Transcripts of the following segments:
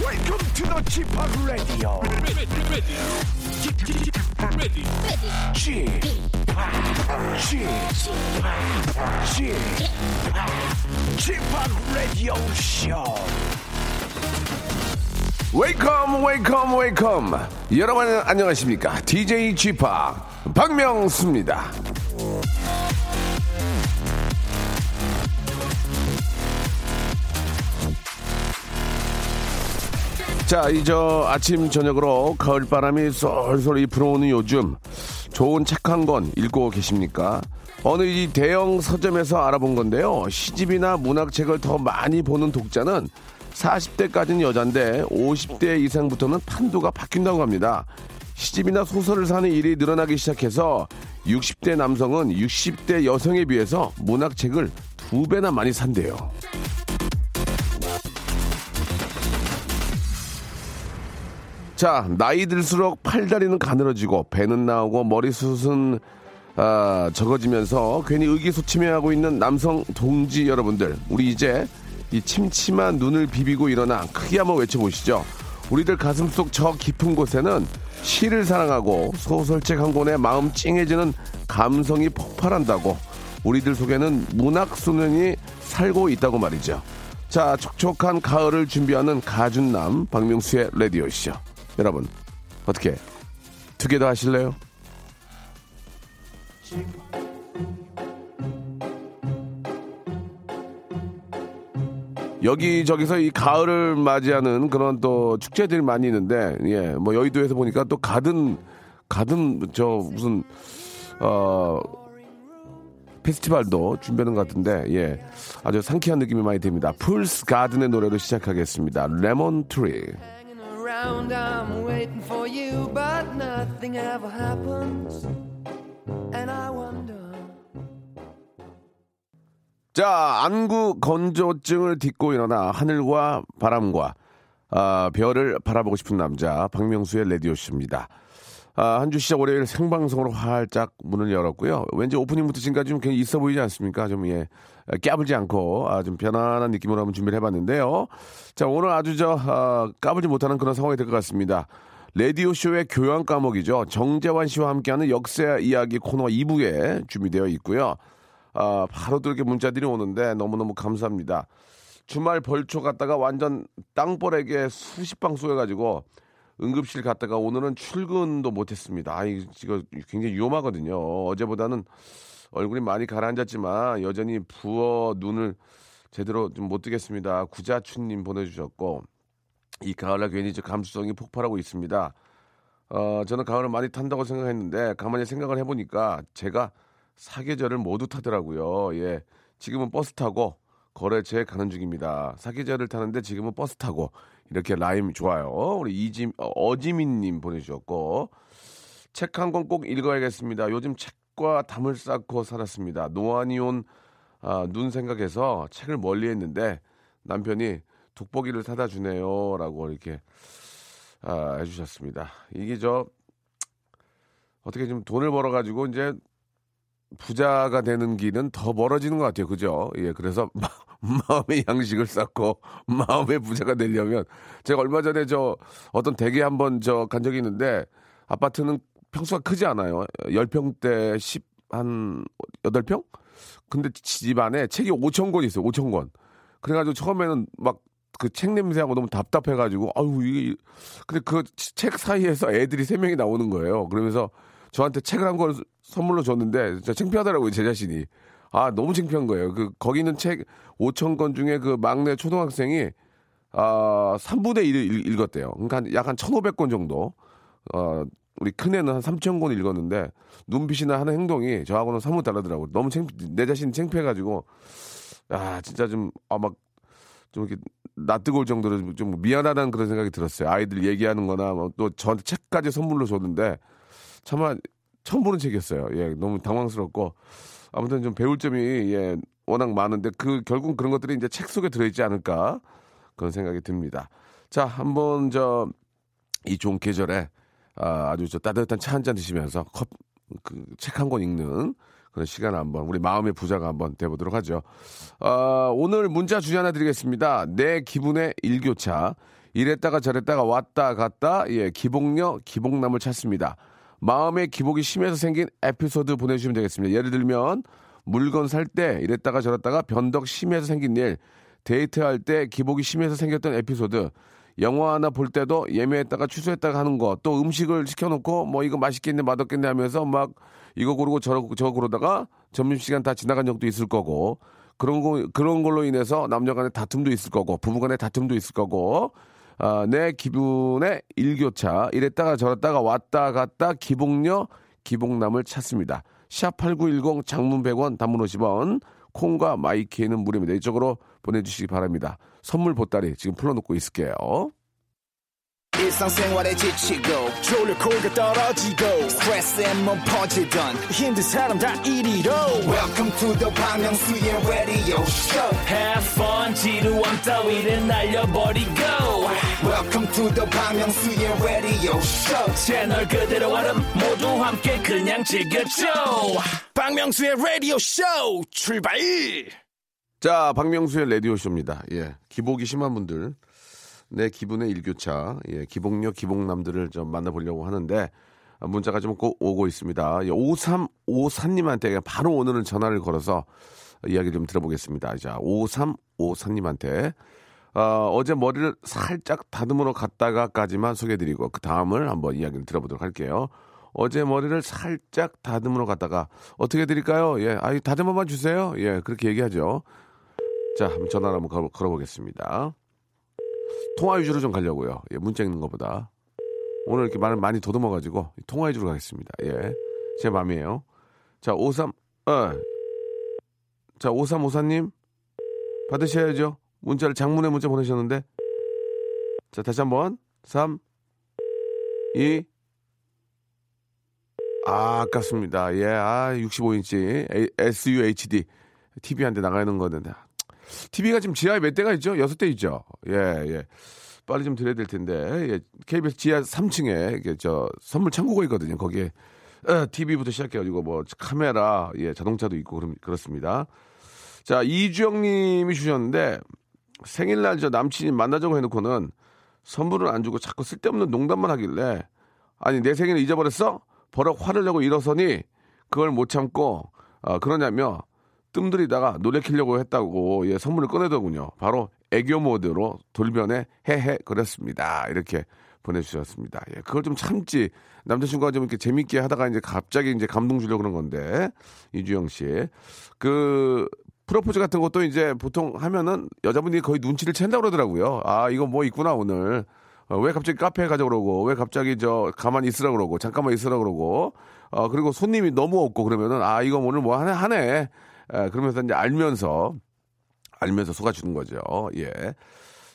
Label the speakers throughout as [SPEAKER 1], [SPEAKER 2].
[SPEAKER 1] Welcome to the Chip Radio.
[SPEAKER 2] ready, ready, ready, ready.
[SPEAKER 1] Chip, Chip, Chip, Radio Show. Welcome, welcome, welcome. 여러분 안녕하십니까? DJ Chip 박명수입니다. 자, 이 저 아침 저녁으로 가을바람이 쏠쏠 이 불어오는 요즘 좋은 책 한 권 읽고 계십니까? 어느 이 대형 서점에서 알아본 건데요. 시집이나 문학책을 더 많이 보는 독자는 40대까지는 여잔데 50대 이상부터는 판도가 바뀐다고 합니다. 시집이나 소설을 사는 일이 늘어나기 시작해서 60대 남성은 60대 여성에 비해서 문학책을 두 배나 많이 산대요. 자, 나이 들수록 팔다리는 가늘어지고 배는 나오고 머리숱은 아, 적어지면서 괜히 의기소침해하고 있는 남성 동지 여러분들, 우리 이제 이 침침한 눈을 비비고 일어나 크게 한번 외쳐보시죠. 우리들 가슴 속 저 깊은 곳에는 시를 사랑하고 소설책 한 권에 마음 찡해지는 감성이 폭발한다고 우리들 속에는 문학 소년이 살고 있다고 말이죠. 자, 촉촉한 가을을 준비하는 가준남 박명수의 라디오쇼. 여러분, 어떻게 두개더 하실래요? 여기저기서 이 가을을 맞이하는 그런 또 축제들이 많이 있는데, 예, 뭐 여의도에서 보니까 또 가든, 가든, 저 무슨, 어, 페스티벌도 준비하는 것 같은데, 예, 아주 상쾌한 느낌이 많이 듭니다. 풀스 가든의 노래로 시작하겠습니다. 레몬 트리.
[SPEAKER 3] Hanging around, I'm waiting for you, but nothing ever happens. And I wonder.
[SPEAKER 1] 자, 안구 건조증을 딛고 일어나 하늘과 바람과 아, 별을 바라보고 싶은 남자 박명수의 라디오 씨입니다. 아, 한 주 시작 월요일 생방송으로 활짝 문을 열었고요. 왠지 오프닝부터 지금까지 좀 굉장히 있어 보이지 않습니까? 좀 예, 까불지 않고 아, 좀 편안한 느낌으로 한번 준비를 해봤는데요. 자, 오늘 아주 저 아, 까불지 못하는 그런 상황이 될 것 같습니다. 라디오 쇼의 교양 과목이죠. 정재환 씨와 함께하는 역사 이야기 코너 2부에 준비되어 있고요. 아, 바로 또 이렇게 문자들이 오는데 너무너무 감사합니다. 주말 벌초 갔다가 완전 땅벌에게 수십 방 쏘여가지고 응급실 갔다가 오늘은 출근도 못했습니다. 아, 이거 굉장히 위험하거든요. 어제보다는 얼굴이 많이 가라앉았지만 여전히 부어 눈을 제대로 좀 못 뜨겠습니다. 구자춘님 보내주셨고 이 가을날 괜히 저 감수성이 폭발하고 있습니다. 어, 저는 가을을 많이 탄다고 생각했는데 가만히 생각을 해보니까 제가 사계절을 모두 타더라고요. 예, 지금은 버스 타고 거래처에 가는 중입니다. 사계절을 타는데 지금은 버스 타고 이렇게 라임 좋아요. 우리 이지 어지민님 보내주셨고 책 한 권 꼭 읽어야겠습니다. 요즘 책과 담을 쌓고 살았습니다. 노안이 아, 온눈 생각해서 책을 멀리했는데 남편이 독보기를 사다 주네요라고 이렇게 아, 해주셨습니다. 이게 저 어떻게 좀 돈을 벌어가지고 이제 부자가 되는 길은 더 멀어지는 것 같아요. 그죠? 예, 그래서 마, 마음의 양식을 쌓고 마음의 부자가 되려면 제가 얼마 전에 저 어떤 대게 한번 저 간 적이 있는데 아파트는 평수가 크지 않아요. 10평대 10, 한 8평? 근데 집 안에 책이 5천 권 있어요. 5천 권. 그래가지고 처음에는 막 그 책 냄새하고 너무 답답해가지고 아유 이게 근데 그 책 사이에서 애들이 세 명이 나오는 거예요. 그러면서 저한테 책을 한 권 선물로 줬는데 진짜 창피하더라고요 제 자신이 아 너무 창피한 거예요 그 거기 있는 책 5천 권 중에 그 막내 초등학생이 아 3분의 1을 읽- 읽었대요 그러니까 한- 약 한 1,500권 정도 어 우리 큰애는 한 3천 권 읽었는데 눈빛이나 하는 행동이 저하고는 사뭇 다르더라고요 너무 창피 내 자신이 창피해가지고 아 진짜 좀아막 좀 이렇게 낯뜨거울 정도로 좀- 좀 미안하다는 그런 생각이 들었어요. 아이들 얘기하는 거나 뭐또 저한테 책까지 선물로 줬는데 차마 처음 보는 책이었어요. 예, 너무 당황스럽고 아무튼 좀 배울 점이 예, 워낙 많은데 그 결국 그런 것들이 이제 책 속에 들어있지 않을까 그런 생각이 듭니다. 자, 한번 저 이 좋은 계절에 아, 아주 저 따뜻한 차 한 잔 드시면서 컵 그 책 한 권 읽는 그런 시간 한번 우리 마음의 부자가 한번 돼보도록 하죠. 아, 오늘 문자 주제 하나 드리겠습니다. 내 기분의 일교차. 이랬다가 저랬다가 왔다 갔다 예 기복녀 기복남을 찾습니다. 마음의 기복이 심해서 생긴 에피소드 보내주시면 되겠습니다. 예를 들면 물건 살 때 이랬다가 저랬다가 변덕 심해서 생긴 일, 데이트할 때 기복이 심해서 생겼던 에피소드, 영화 하나 볼 때도 예매했다가 취소했다가 하는 거, 또 음식을 시켜놓고 뭐 이거 맛있겠네 맛없겠네 하면서 막 이거 고르고 저러 저거 그러다가 점심시간 다 지나간 적도 있을 거고 그런 거 그런 걸로 인해서 남녀간의 다툼도 있을 거고 부부간의 다툼도 있을 거고 아, 내 기분의 일교차 이랬다가 저랬다가 왔다 갔다 기복녀 기복남을 찾습니다. 샵8910 장문 100원 단문 50원 콩과 마이키에는 무료입니다. 이쪽으로 보내주시기 바랍니다. 선물 보따리 지금 풀어놓고 있을게요.
[SPEAKER 4] 일상생활에 지치고, 졸려 코가 떨어지고, 스트레스에 몸 퍼지던, 힘든 사람 다 이리로. welcome to the Bang Myung-soo's radio show
[SPEAKER 5] Have fun 지루함 따위를 날려버리고
[SPEAKER 4] welcome to the Bang Myung-soo's radio show
[SPEAKER 5] 채널 그대로 와름 모두 함께 그냥 즐겨줘
[SPEAKER 4] 박명수의 radio show 출발
[SPEAKER 1] 자, 박명수의 라디오쇼입니다. 예. 기복이 심한 분들, 내 기분의 일교차, 예. 기복녀, 기복남들을 좀 만나보려고 하는데, 아, 문자가 좀 꼭 오고 있습니다. 예, 5354님한테 바로 오늘은 전화를 걸어서 이야기 좀 들어보겠습니다. 자, 5354님한테. 어, 어제 머리를 살짝 다듬으러 갔다가까지만 소개해드리고 그 다음을 한번 이야기를 들어보도록 할게요. 어제 머리를 살짝 다듬으러 갔다가 어떻게 드릴까요? 예, 아이 다듬어만 주세요. 예, 그렇게 얘기하죠. 자, 한번 전화 한번 걸어, 걸어보겠습니다. 통화 위주로 좀 가려고요. 예, 문자 읽는 것보다 오늘 이렇게 말을 많이 더듬어가지고 통화 위주로 가겠습니다. 예, 제 마음이에요. 자, 53, 어, 자, 5354님 받으셔야죠. 문자를 장문의 문자 보내셨는데. 자, 다시 한번. 3 2 아, 아깝습니다. 예, 아, 65인치 A- SUHD TV 한 대 나가는 아, 거는데. TV가 지금 지하에 몇 대가 있죠? 여섯 대 있죠. 예, 예. 빨리 좀 드려야 될 텐데. 예, KBS 지하 3층에 이게 저 선물 창고가 있거든요. 거기에 TV부터 시작해가지고 뭐 카메라, 예, 자동차도 있고 그럼 그렇습니다. 자, 이주영 님이 주셨는데 생일날 저 남친이 만나자고 해놓고는 선물을 안 주고 자꾸 쓸데없는 농담만 하길래 아니 내 생일을 잊어버렸어? 버럭 화를 내고 일어서니 그걸 못 참고 아, 그러냐며 뜸들이다가 놀래키려고 했다고 예, 선물을 꺼내더군요. 바로 애교 모드로 돌변해 헤헤 그랬습니다. 이렇게 보내주셨습니다. 예, 그걸 좀 참지 남자친구가 좀 이렇게 재밌게 하다가 이제 갑자기 이제 감동 주려고 그런 건데 이주영 씨. 그 프로포즈 같은 것도 이제 보통 하면은 여자분이 거의 눈치를 챈다 그러더라고요. 아 이거 뭐 있구나 오늘. 어, 왜 갑자기 카페에 가자 그러고 왜 갑자기 저 가만히 있으라 그러고 잠깐만 있으라 그러고 어 그리고 손님이 너무 없고 그러면은 아 이거 오늘 뭐 하네 하네 에, 그러면서 이제 알면서 알면서 속아주는 거죠. 예.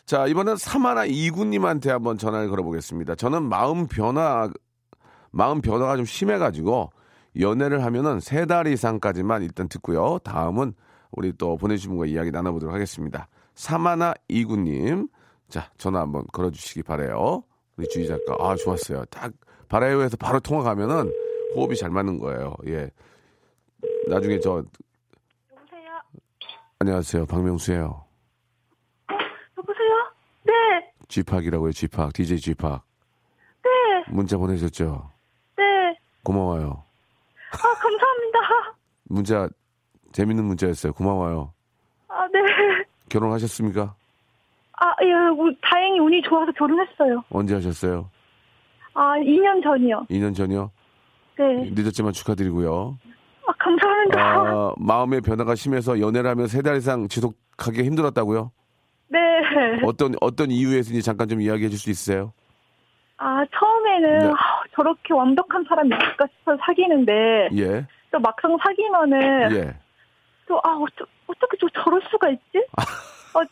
[SPEAKER 1] 자 이번엔 사마나 이구님한테 한번 전화를 걸어보겠습니다. 저는 마음 변화 마음 변화가 좀 심해가지고 연애를 하면은 세 달 이상까지만 일단 듣고요. 다음은 우리 또 보내주신 분과 이야기 나눠보도록 하겠습니다. 사마나 이구님, 자 전화 한번 걸어주시기 바래요. 우리 주희 작가, 아 좋았어요. 딱 바래요에서 바로 통화 가면은 호흡이 잘 맞는 거예요. 예, 나중에 저
[SPEAKER 6] 여보세요?
[SPEAKER 1] 안녕하세요, 박명수예요.
[SPEAKER 6] 여보세요? 네,
[SPEAKER 1] 쥐팍이라고요, 쥐팍, DJ 쥐팍.
[SPEAKER 6] 네,
[SPEAKER 1] 문자 보내셨죠?
[SPEAKER 6] 네.
[SPEAKER 1] 고마워요.
[SPEAKER 6] 아, 감사합니다.
[SPEAKER 1] 문자 재밌는 문자였어요. 고마워요.
[SPEAKER 6] 아, 네.
[SPEAKER 1] 결혼하셨습니까?
[SPEAKER 6] 아, 예, 우- 다행히 운이 좋아서 결혼했어요.
[SPEAKER 1] 언제 하셨어요?
[SPEAKER 6] 아, 2년 전이요.
[SPEAKER 1] 2년 전이요?
[SPEAKER 6] 네.
[SPEAKER 1] 늦었지만 축하드리고요.
[SPEAKER 6] 아, 감사합니다.
[SPEAKER 1] 아, 마음의 변화가 심해서 연애를 하면 세 달 이상 지속하기 힘들었다고요?
[SPEAKER 6] 네.
[SPEAKER 1] 어떤 어떤 이유에서인지 잠깐 좀 이야기해 줄 수 있으세요?
[SPEAKER 6] 아, 처음에는
[SPEAKER 1] 네.
[SPEAKER 6] 아, 저렇게 완벽한 사람이 있을까 싶어서 사귀는데,
[SPEAKER 1] 예.
[SPEAKER 6] 또 막상 사귀면은,
[SPEAKER 1] 예.
[SPEAKER 6] 또, 아, 어쩌, 어떻게 저, 저럴 수가 있지?
[SPEAKER 1] 아.
[SPEAKER 6] 어,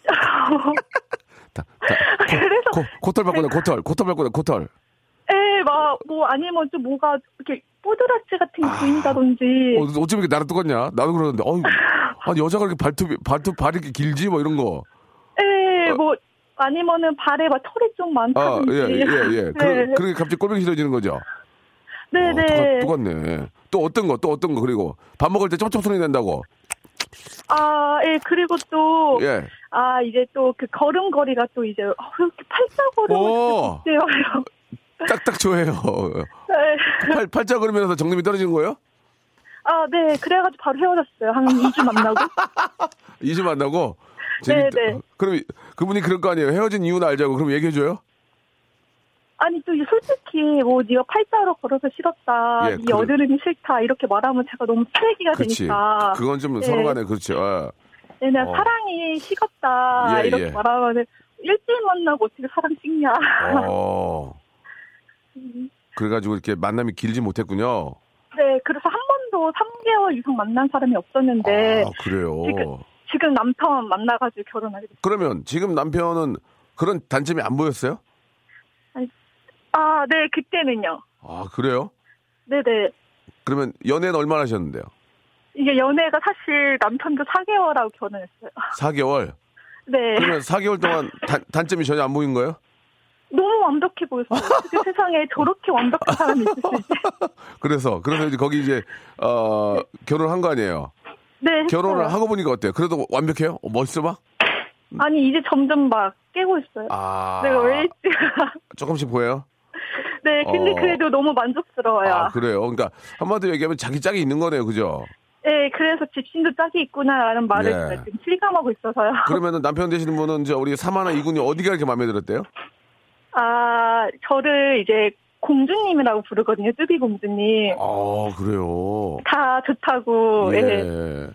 [SPEAKER 1] 다, 다,
[SPEAKER 6] 그래서,
[SPEAKER 1] 코, 코털 바꾸네. 코털. 코털 바꾸네. 코털.
[SPEAKER 6] 에, 막, 뭐, 아니면 좀 뭐가, 이렇게, 뽀드라지 같은
[SPEAKER 1] 아.
[SPEAKER 6] 게 보인다든지,
[SPEAKER 1] 어, 어쩜 이렇게 나랑 똑같냐? 나도 그러는데. 어아 여자가 이렇게 발톱이 발톱 발이 이렇게 길지 뭐 이런 거.
[SPEAKER 6] 예, 뭐 아니면은 발에 막 털이 좀
[SPEAKER 1] 아,
[SPEAKER 6] 많다든지.
[SPEAKER 1] 예, 예, 예.
[SPEAKER 6] 네,
[SPEAKER 1] 그러, 그러게 갑자기 꼴보기 싫어지는 거죠.
[SPEAKER 6] 네,
[SPEAKER 1] 어,
[SPEAKER 6] 네.
[SPEAKER 1] 똑같, 똑같네. 또 어떤 거, 또 어떤 거 그리고 밥 먹을 때 쩝쩝 소리 낸다고.
[SPEAKER 6] 아, 예, 그리고 또,
[SPEAKER 1] 예.
[SPEAKER 6] 아, 이제 또 그 걸음걸이가 또 이제, 어, 왜 이렇게
[SPEAKER 1] 오.
[SPEAKER 6] 팔자걸음을 제어요. 네.
[SPEAKER 1] 딱딱 좋아해요. 팔, 팔자 걸으면서 정림이 떨어지는 거예요?
[SPEAKER 6] 아, 네, 그래가지고 바로 헤어졌어요. 한 2주 만나고.
[SPEAKER 1] 이제 만나고?
[SPEAKER 6] 네, 네.
[SPEAKER 1] 그럼 그분이 그럴 거 아니에요? 헤어진 이유는 알자고. 그럼 얘기해줘요?
[SPEAKER 6] 아니, 또 이제 솔직히, 뭐, 네가 팔자로 걸어서 싫었다.
[SPEAKER 1] 예,
[SPEAKER 6] 네
[SPEAKER 1] 그래.
[SPEAKER 6] 여드름이 싫다. 이렇게 말하면 제가 너무 패기가
[SPEAKER 1] 그렇지.
[SPEAKER 6] 되니까.
[SPEAKER 1] 그건 좀
[SPEAKER 6] 네.
[SPEAKER 1] 서로 간에 그렇죠. 아,
[SPEAKER 6] 내가
[SPEAKER 1] 어.
[SPEAKER 6] 사랑이 식었다.
[SPEAKER 1] 예,
[SPEAKER 6] 이렇게
[SPEAKER 1] 예.
[SPEAKER 6] 말하면은, 일주일 만나고 어떻게 사랑 찍냐.
[SPEAKER 1] 어.
[SPEAKER 6] 음.
[SPEAKER 1] 그래가지고 이렇게 만남이 길지 못했군요.
[SPEAKER 6] 네, 그래서 한 번도 3개월 이상 만난 사람이 없었는데,
[SPEAKER 1] 아, 그래요.
[SPEAKER 6] 네. 지금- 지금 남편 만나가지고 결혼하게 됐어요.
[SPEAKER 1] 그러면 지금 남편은 그런 단점이 안 보였어요?
[SPEAKER 6] 아, 네, 그때는요.
[SPEAKER 1] 아, 그래요?
[SPEAKER 6] 네네.
[SPEAKER 1] 그러면 연애는 얼마나 하셨는데요?
[SPEAKER 6] 이게 연애가 사실 남편도 4개월하고 결혼했어요.
[SPEAKER 1] 4개월?
[SPEAKER 6] 네.
[SPEAKER 1] 그러면 4개월 동안 단, 단점이 전혀 안 보인 거예요?
[SPEAKER 6] 너무 완벽해 보였어요. 어떻게 세상에 저렇게 완벽한 사람이 있을 수 있지?
[SPEAKER 1] 그래서, 그래서 이제 거기 이제, 어, 결혼한 거 아니에요?
[SPEAKER 6] 네. 했어요.
[SPEAKER 1] 결혼을 하고 보니까 어때요? 그래도 완벽해요? 어, 멋있어 봐?
[SPEAKER 6] 아니, 이제 점점 막 깨고 있어요.
[SPEAKER 1] 아.
[SPEAKER 6] 내가 왜 했지?
[SPEAKER 1] 조금씩 보여요?
[SPEAKER 6] 네, 근데
[SPEAKER 1] 어.
[SPEAKER 6] 그래도 너무 만족스러워요.
[SPEAKER 1] 아, 그래요? 그러니까 한마디로 얘기하면 자기 짝이 있는 거네요. 그죠?
[SPEAKER 6] 네, 그래서 집신도 짝이 있구나라는 말을
[SPEAKER 1] 네.
[SPEAKER 6] 진짜 지금 실감하고 있어서요.
[SPEAKER 1] 그러면은 남편 되시는 분은 이제 우리 사마나 이군이 어디가 이렇게 마음에 들었대요?
[SPEAKER 6] 아, 저를 이제 공주님이라고 부르거든요. 뚜비 공주님.
[SPEAKER 1] 아, 그래요.
[SPEAKER 6] 다 좋다고. 예.
[SPEAKER 1] 예.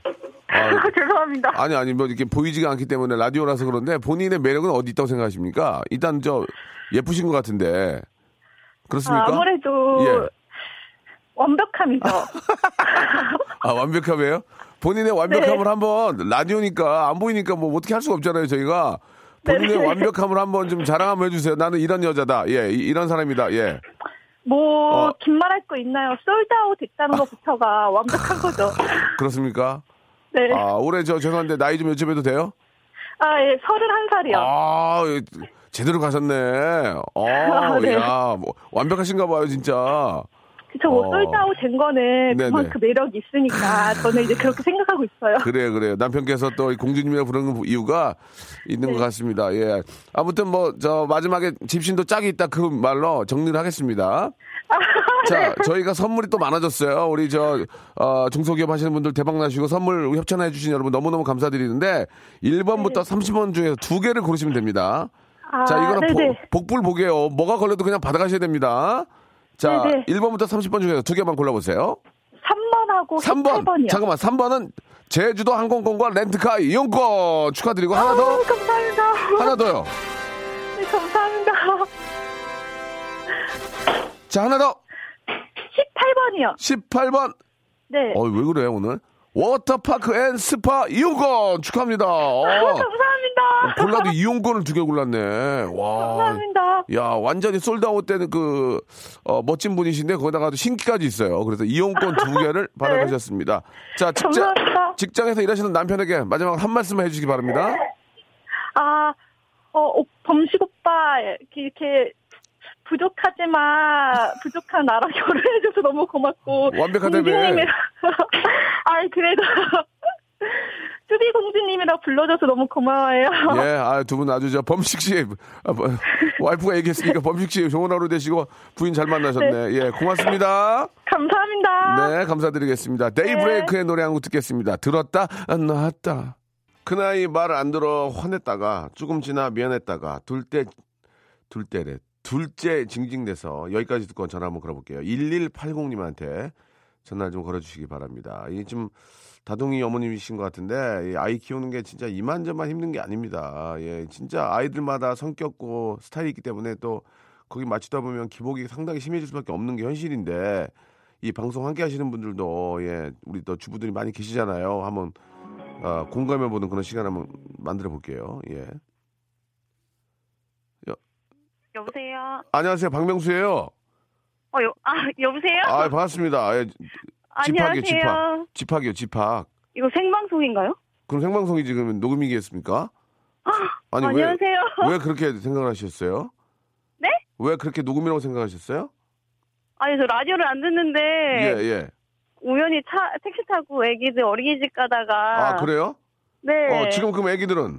[SPEAKER 1] 아,
[SPEAKER 6] 죄송합니다.
[SPEAKER 1] 아니 아니 뭐 이렇게 보이지가 않기 때문에 라디오라서 그런데 본인의 매력은 어디 있다고 생각하십니까? 일단 저 예쁘신 것 같은데 그렇습니까?
[SPEAKER 6] 아, 무래도
[SPEAKER 1] 예.
[SPEAKER 6] 완벽함이죠.
[SPEAKER 1] 아, 완벽함이에요? 본인의
[SPEAKER 6] 네.
[SPEAKER 1] 완벽함을 한번 라디오니까 안 보이니까 뭐 어떻게 할 수가 없잖아요 저희가 본인의
[SPEAKER 6] 네네.
[SPEAKER 1] 완벽함을 한번 좀 자랑 한번 해주세요. 나는 이런 여자다. 예, 이- 이런 사람이다. 예.
[SPEAKER 6] 뭐,
[SPEAKER 1] 어.
[SPEAKER 6] 긴 말할 거 있나요? 솔드아웃 됐다는 것부터가 완벽한 거죠.
[SPEAKER 1] 그렇습니까?
[SPEAKER 6] 네. 아,
[SPEAKER 1] 아, 올해 저 죄송한데 나이 좀 여쭤봐도 돼요?
[SPEAKER 6] 예, 31살이요.
[SPEAKER 1] 아, 예, 제대로 가셨네. 어,
[SPEAKER 6] 아, 네.
[SPEAKER 1] 야, 뭐, 완벽하신가 봐요, 진짜.
[SPEAKER 6] 그쵸, 뭐,
[SPEAKER 1] 어.
[SPEAKER 6] 솔드아웃 된 거는
[SPEAKER 1] 네네.
[SPEAKER 6] 그만큼 매력이 있으니까 저는 이제 그렇게 생각하고 있어요.
[SPEAKER 1] 그래 그래요. 남편께서 또이 공주님이라고 부르는 그 이유가 있는
[SPEAKER 6] 네.
[SPEAKER 1] 것 같습니다. 예. 아무튼 뭐 저 마지막에 집신도 짝이 있다 그 말로 정리를 하겠습니다.
[SPEAKER 6] 네.
[SPEAKER 1] 자, 저희가 선물이 또 많아졌어요. 우리 저 어, 중소기업 하시는 분들 대박 나시고 선물 협찬해 주신 여러분 너무너무 감사드리는데 1번부터 30번 중에서 두 개를 고르시면 됩니다.
[SPEAKER 6] 네. 아,
[SPEAKER 1] 자, 이거는 뭐
[SPEAKER 6] 네네.
[SPEAKER 1] 복- 복불 복이에요. 뭐가 걸려도 그냥 받아가셔야 됩니다. 자,
[SPEAKER 6] 네네.
[SPEAKER 1] 1번부터 30번 중에서 두 개만 골라보세요.
[SPEAKER 6] 3번하고
[SPEAKER 1] 3번.
[SPEAKER 6] 18번이요.
[SPEAKER 1] 잠깐만. 3번은 제주도 항공권과 렌트카 이용권 축하드리고 하나 더.
[SPEAKER 6] 음, 감사합니다.
[SPEAKER 1] 하나 더요.
[SPEAKER 6] 네, 감사합니다.
[SPEAKER 1] 자, 하나 더.
[SPEAKER 6] 18번이요.
[SPEAKER 1] 18번.
[SPEAKER 6] 네.
[SPEAKER 1] 어, 왜 그래 오늘? 워터파크 앤 스파 이용권 축하합니다.
[SPEAKER 6] 아,
[SPEAKER 1] 어,
[SPEAKER 6] 감사합니다.
[SPEAKER 1] 골라도 이용권을 두 개 골랐네. 와.
[SPEAKER 6] 감사합니다.
[SPEAKER 1] 야, 완전히 솔드아웃 때는 그, 어, 멋진 분이신데, 거기다가도 신기까지 있어요. 그래서 이용권 두 개를 받아가셨습니다. 자, 직장,
[SPEAKER 6] 네. 감사합니다.
[SPEAKER 1] 직장에서 일하시는 남편에게 마지막 한 말씀만 해주시기 바랍니다.
[SPEAKER 6] 아, 어, 어, 범식 오빠, 이렇게, 이렇게 부족하지만, 부족한 나랑 결혼해줘서 너무 고맙고.
[SPEAKER 1] 완벽하다며.
[SPEAKER 6] 공주님이라- 아이, 그래도. 쭈비 공주님이라 불러줘서 너무 고마워요.
[SPEAKER 1] 예, 아, 두 분 아주 저 범식 씨, 아, 뭐, 와이프가 얘기했으니까 범식 씨 좋은 하루 되시고 부인 잘 만나셨네. 예, 고맙습니다.
[SPEAKER 6] 감사합니다. 네.
[SPEAKER 1] 네, 감사드리겠습니다. 데이브레이크의 노래 한 곡 듣겠습니다. 들었다, 안 나왔다. 큰아이 말 안 들어 화냈다가 조금 지나 미안했다가 둘 때, 둘 때래. 네, 둘째 징징대서 여기까지 듣고 전화 한번 걸어볼게요. 1180님한테 전화 좀 걸어주시기 바랍니다. 이 좀 다둥이 어머님이신 것 같은데 이 아이 키우는 게 진짜 이만저만 힘든 게 아닙니다. 예, 진짜 아이들마다 성격고 스타일이 있기 때문에 또 거기 맞추다 보면 기복이 상당히 심해질 수밖에 없는 게 현실인데 이 방송 함께 하시는 분들도 예, 우리 또 주부들이 많이 계시잖아요. 한번 아, 공감해보는 그런 시간 한번 만들어 볼게요. 예.
[SPEAKER 7] 여보세요.
[SPEAKER 1] 안녕하세요, 박명수예요.
[SPEAKER 7] 어, 여, 아, 여보세요?
[SPEAKER 1] 아, 반갑습니다. 예, 집합이에요,
[SPEAKER 7] 안녕하세요.
[SPEAKER 1] 집합. 집합이요, 집합.
[SPEAKER 7] 이거 생방송인가요?
[SPEAKER 1] 그럼 생방송이 지금 녹음이겠습니까? 아니 왜,
[SPEAKER 7] 안녕하세요.
[SPEAKER 1] 왜 그렇게 생각을 하셨어요?
[SPEAKER 7] 네?
[SPEAKER 1] 왜 그렇게 녹음이라고 생각하셨어요?
[SPEAKER 7] 아니, 저 라디오를 안 듣는데
[SPEAKER 1] 예, 예.
[SPEAKER 6] 우연히 차 택시 타고 애기들 어린이집 가다가
[SPEAKER 1] 아, 그래요?
[SPEAKER 6] 네
[SPEAKER 1] 어, 지금 그럼 애기들은?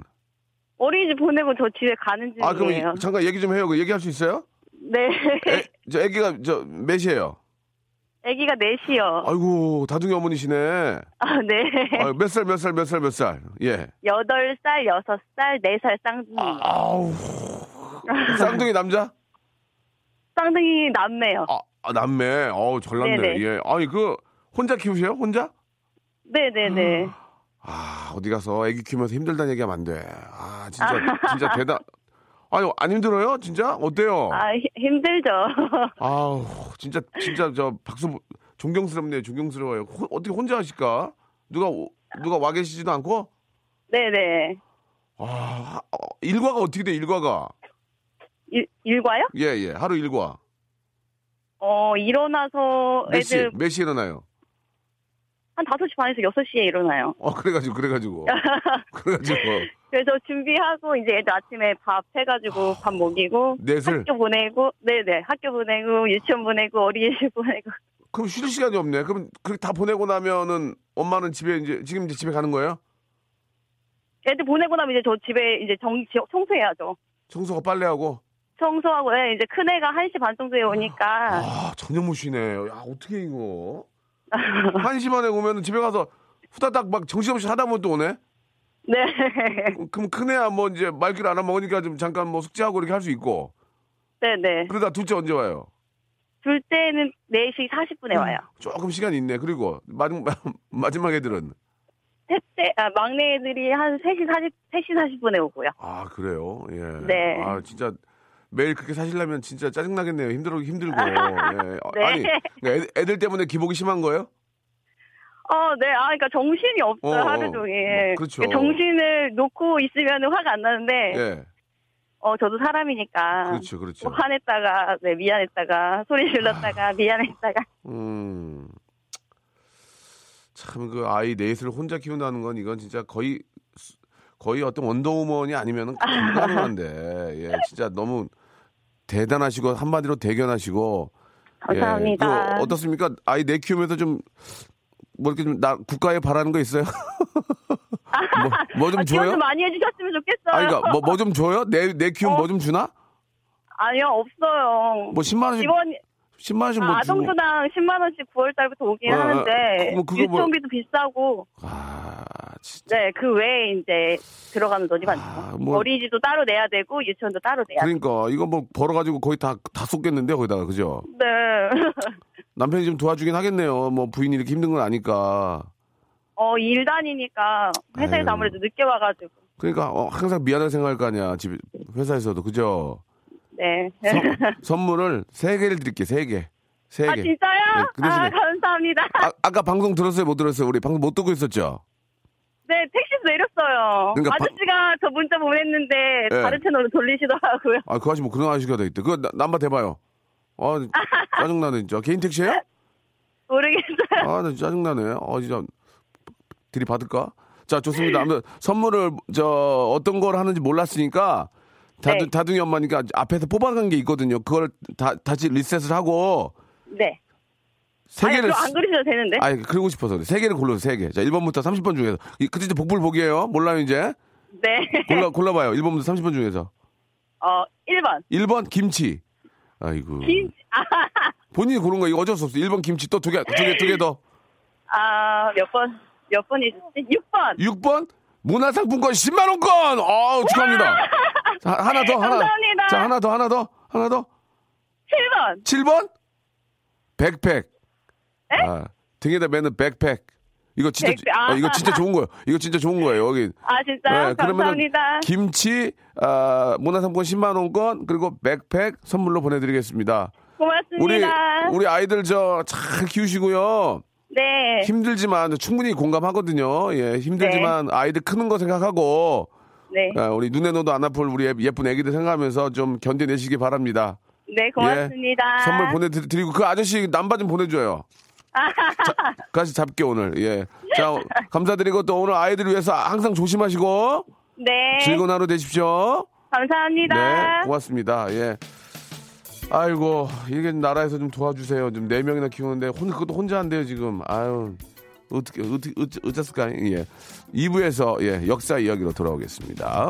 [SPEAKER 6] 어린이집 보내고 저 집에 가는 중이에요.
[SPEAKER 1] 아, 그럼 이- 잠깐 얘기 좀 해요. 그 얘기할 수 있어요?
[SPEAKER 6] 네
[SPEAKER 1] 애, 저 애기가 저 몇이에요?
[SPEAKER 6] 애기가 넷이요.
[SPEAKER 1] 아이고, 다둥이 어머니시네.
[SPEAKER 6] 아, 네
[SPEAKER 1] 아, 몇 살, 몇 살, 몇 살, 몇 살. 예.
[SPEAKER 6] 여덟 살 여섯 살 네 살 쌍둥이
[SPEAKER 1] 아우. 쌍둥이 남자?
[SPEAKER 6] 쌍둥이 남매요.
[SPEAKER 1] 아, 아, 남매. 어우, 전남매.
[SPEAKER 6] 네네.
[SPEAKER 1] 예. 아니, 그, 혼자 키우세요? 혼자?
[SPEAKER 6] 네네네.
[SPEAKER 1] 아, 어디 가서 애기 키우면서 힘들다는 얘기하면 안 돼. 아, 진짜, 진짜 대단. 아유, 안 힘들어요? 진짜? 어때요?
[SPEAKER 6] 아 히- 힘들죠.
[SPEAKER 1] 아우, 진짜, 진짜, 저, 박수, 존경스럽네요. 존경스러워요. 호- 어떻게 혼자 하실까? 누가, 오- 누가 와 계시지도 않고?
[SPEAKER 6] 네네.
[SPEAKER 1] 아, 하- 어, 일과가 어떻게 돼, 일과가?
[SPEAKER 6] 일, 일과요?
[SPEAKER 1] 예, 예. 하루 일과.
[SPEAKER 6] 어 일어나서
[SPEAKER 1] 몇네 시,
[SPEAKER 6] 애들
[SPEAKER 1] 몇 시에 일어나요?
[SPEAKER 6] 한 다섯 시 반에서 여섯 시에 일어나요.
[SPEAKER 1] 어, 그래가지고, 그래가지고. 그래가지고.
[SPEAKER 6] 그래서 준비하고 이제 애들 아침에 밥 해가지고 밥 먹이고
[SPEAKER 1] 넷을?
[SPEAKER 6] 학교 보내고 네네 학교 보내고 유치원 보내고 어린이집 보내고
[SPEAKER 1] 그럼 쉴 시간이 없네. 그럼, 그렇게 다 보내고 나면은 엄마는 집에 이제, 지금 이제 집에 가는 거예요?
[SPEAKER 6] 애들 보내고 나면 이제 저 집에 이제 정 지- 청소해야죠.
[SPEAKER 1] 청소가 빨래하고?
[SPEAKER 6] 청소하고 네, 이제 큰 애가 1시 반 정도에 오니까
[SPEAKER 1] 아, 전혀 못 쉬네. 야, 어떻게 이거. 한시반에 오면 집에 가서 후다닥 막 정신없이 하다 보면 또 오네?
[SPEAKER 6] 네.
[SPEAKER 1] 그럼 큰애야 뭐 이제 말귀를 안 먹으니까 좀 잠깐 뭐 숙제하고 이렇게 할 수 있고.
[SPEAKER 6] 네네.
[SPEAKER 1] 그러다 둘째 언제 와요?
[SPEAKER 6] 둘째는 4시 40분에 와요.
[SPEAKER 1] 조금 시간이 있네. 그리고 마지막, 마지막 애들은.
[SPEAKER 6] 셋째 아, 막내 애들이 한 3시 40 3시 40분에 오고요.
[SPEAKER 1] 아, 그래요? 예.
[SPEAKER 6] 네.
[SPEAKER 1] 아, 진짜 매일 그렇게 사시려면 진짜 짜증나겠네요. 힘들어, 힘들고. 예. 어,
[SPEAKER 6] 네.
[SPEAKER 1] 아니, 애들, 애들 때문에 기복이 심한 거예요?
[SPEAKER 6] 어, 네. 아, 그러니까 정신이 없어요,
[SPEAKER 1] 어, 어.
[SPEAKER 6] 하루 종일.
[SPEAKER 1] 뭐, 그렇죠.
[SPEAKER 6] 그러니까 정신을 놓고 있으면 화가 안 나는데,
[SPEAKER 1] 예.
[SPEAKER 6] 어, 저도 사람이니까.
[SPEAKER 1] 그렇죠, 그렇죠. 아.
[SPEAKER 6] 뭐 화냈다가, 네, 미안했다가, 소리 질렀다가, 미안했다가.
[SPEAKER 1] 음. 참 그 아이 넷을 혼자 키운다는 건 이건 진짜 거의 수- 거의 어떤 원더우먼이 아니면은 불가능한데 예 진짜 너무 대단하시고 한마디로 대견하시고 예,
[SPEAKER 6] 감사합니다.
[SPEAKER 1] 그 어떻습니까 아이 넷 키우면서 좀 뭐 이렇게 좀 나 국가에 바라는 거 있어요 뭐 좀
[SPEAKER 6] 아, 기원
[SPEAKER 1] 줘요
[SPEAKER 6] 좀 많이 해주셨으면 좋겠어요.
[SPEAKER 1] 아니 그러니까 뭐 좀 줘요 내 내 키우면
[SPEAKER 6] 어?
[SPEAKER 1] 뭐 좀 주나
[SPEAKER 6] 요 없어요.
[SPEAKER 1] 뭐 10만 원씩
[SPEAKER 6] 이번
[SPEAKER 1] 10만 원씩 뭐
[SPEAKER 6] 아,
[SPEAKER 1] 주고
[SPEAKER 6] 동수당 10만 원씩 9월 달부터 오긴
[SPEAKER 1] 아, 아,
[SPEAKER 6] 하는데
[SPEAKER 1] 그- 뭐 그거 뭐-
[SPEAKER 6] 유통비도 비싸고
[SPEAKER 1] 아 진짜
[SPEAKER 6] 네 그 외에 이제 들어가는 돈이 많죠.
[SPEAKER 1] 아, 뭐-
[SPEAKER 6] 어린이집도 따로 내야 되고 유치원도 따로 내야 되고.
[SPEAKER 1] 그러니까 이거 뭐 벌어가지고 거의 다 다 쏟겠는데 거기다가 그죠?
[SPEAKER 6] 네.
[SPEAKER 1] 남편이 좀 도와주긴 하겠네요. 뭐 부인이 이렇게 힘든 건 아니까.
[SPEAKER 6] 어, 일 다니니까 회사에서
[SPEAKER 1] 아유.
[SPEAKER 6] 아무래도 늦게 와가지고.
[SPEAKER 1] 그러니까 어, 항상 미안한 생각할 거 아니야 집 회사에서도 그죠?
[SPEAKER 6] 네.
[SPEAKER 1] 선- 선물을 세 개를 드릴게 세 개, 세
[SPEAKER 6] 아,
[SPEAKER 1] 개.
[SPEAKER 6] 진짜요?
[SPEAKER 1] 네, 그 대신에-
[SPEAKER 6] 아, 감사합니다.
[SPEAKER 1] 아, 아까 방송 들었어요 못 들었어요 우리 방송 못 듣고 있었죠?
[SPEAKER 6] 네, 택시에서 내렸어요.
[SPEAKER 1] 그러니까 바-
[SPEAKER 6] 아저씨가 저 문자 보냈는데
[SPEAKER 1] 네.
[SPEAKER 6] 다른 채널로 돌리시더라고요.
[SPEAKER 1] 아 그 아저씨 뭐 그런 아저씨가 돼 있대. 그거 나- 남바 대봐요. 아 짜증나네 진짜 개인 택시예요?
[SPEAKER 6] 모르겠어요.
[SPEAKER 1] 아, 나 짜증나네. 어, 진짜. 들이 받을까? 자, 좋습니다. 아무튼 선물을, 저, 어떤 걸 하는지 몰랐으니까, 다둥,
[SPEAKER 6] 네.
[SPEAKER 1] 다둥이 엄마니까 앞에서 뽑아간 게 있거든요. 그걸 다, 다시 리셋을 하고,
[SPEAKER 6] 네.
[SPEAKER 1] 세
[SPEAKER 6] 아니,
[SPEAKER 1] 개를.
[SPEAKER 6] 그거 안 그러셔도 되는데.
[SPEAKER 1] 아니, 그러고 싶어서. 그래. 세 개를 골라서 세 개. 자, 1번부터 30번 중에서. 이- 그때 이제 복불 복이에요. 몰라요, 이제.
[SPEAKER 6] 네.
[SPEAKER 1] 골라, 골라봐요. 1번부터 30번 중에서.
[SPEAKER 6] 어, 1번.
[SPEAKER 1] 1번, 김치. 아이고.
[SPEAKER 6] 김, 아,
[SPEAKER 1] 본인이 고른 거, 이거 어쩔 수 없어. 1번 김치 또 두 개, 두 개, 두 개 더.
[SPEAKER 6] 아, 몇 번, 몇 번이셨지? 6번.
[SPEAKER 1] 6번 문화상품권 10만 원권. 어, 축하합니다. 자, 하나 더 하나.
[SPEAKER 6] 감사합니다.
[SPEAKER 1] 자, 하나 더 하나 더 하나 더.
[SPEAKER 6] 7번.
[SPEAKER 1] 7번 백팩. 아, 등에다 매는 백팩. 이거 진짜
[SPEAKER 6] 백팩, 아.
[SPEAKER 1] 어, 이거 진짜 좋은 거예요. 이거 진짜 좋은 거예요. 여기.
[SPEAKER 6] 아, 진짜요?
[SPEAKER 1] 예, 그러면은
[SPEAKER 6] 감사합니다.
[SPEAKER 1] 김치 아, 문화상품권 10만 원권 그리고 백팩 선물로 보내 드리겠습니다. 우리
[SPEAKER 6] 고맙습니다.
[SPEAKER 1] 우리 아이들 저 잘 키우시고요.
[SPEAKER 6] 네.
[SPEAKER 1] 힘들지만 충분히 공감하거든요. 예, 힘들지만 아이들 크는 거 생각하고
[SPEAKER 6] 네.
[SPEAKER 1] 아, 우리 눈에 넣어도 안 아플 우리 예- 예쁜 애기들 생각하면서 좀 견뎌내시기 바랍니다.
[SPEAKER 6] 네,
[SPEAKER 1] 예.
[SPEAKER 6] 고맙습니다.
[SPEAKER 1] 선물 보내드리고 그 아저씨 남바 좀 보내줘요.
[SPEAKER 6] 아.
[SPEAKER 1] 자, 그 아저씨 잡게 오늘. 예. 자 어, 감사드리고 또 오늘 아이들 위해서 항상 조심하시고
[SPEAKER 6] 네.
[SPEAKER 1] 즐거운 하루 되십시오.
[SPEAKER 6] 감사합니다.
[SPEAKER 1] 네, 고맙습니다. 예. 네, 아이고 이게 나라에서 좀 도와주세요. 지금 네 명이나 키우는데 혼 그것도 혼자 한대요 지금. 아유 어떻게 어떻게 어찌- 어쨌을까? 예. 2부에서 예 역사 이야기로 돌아오겠습니다.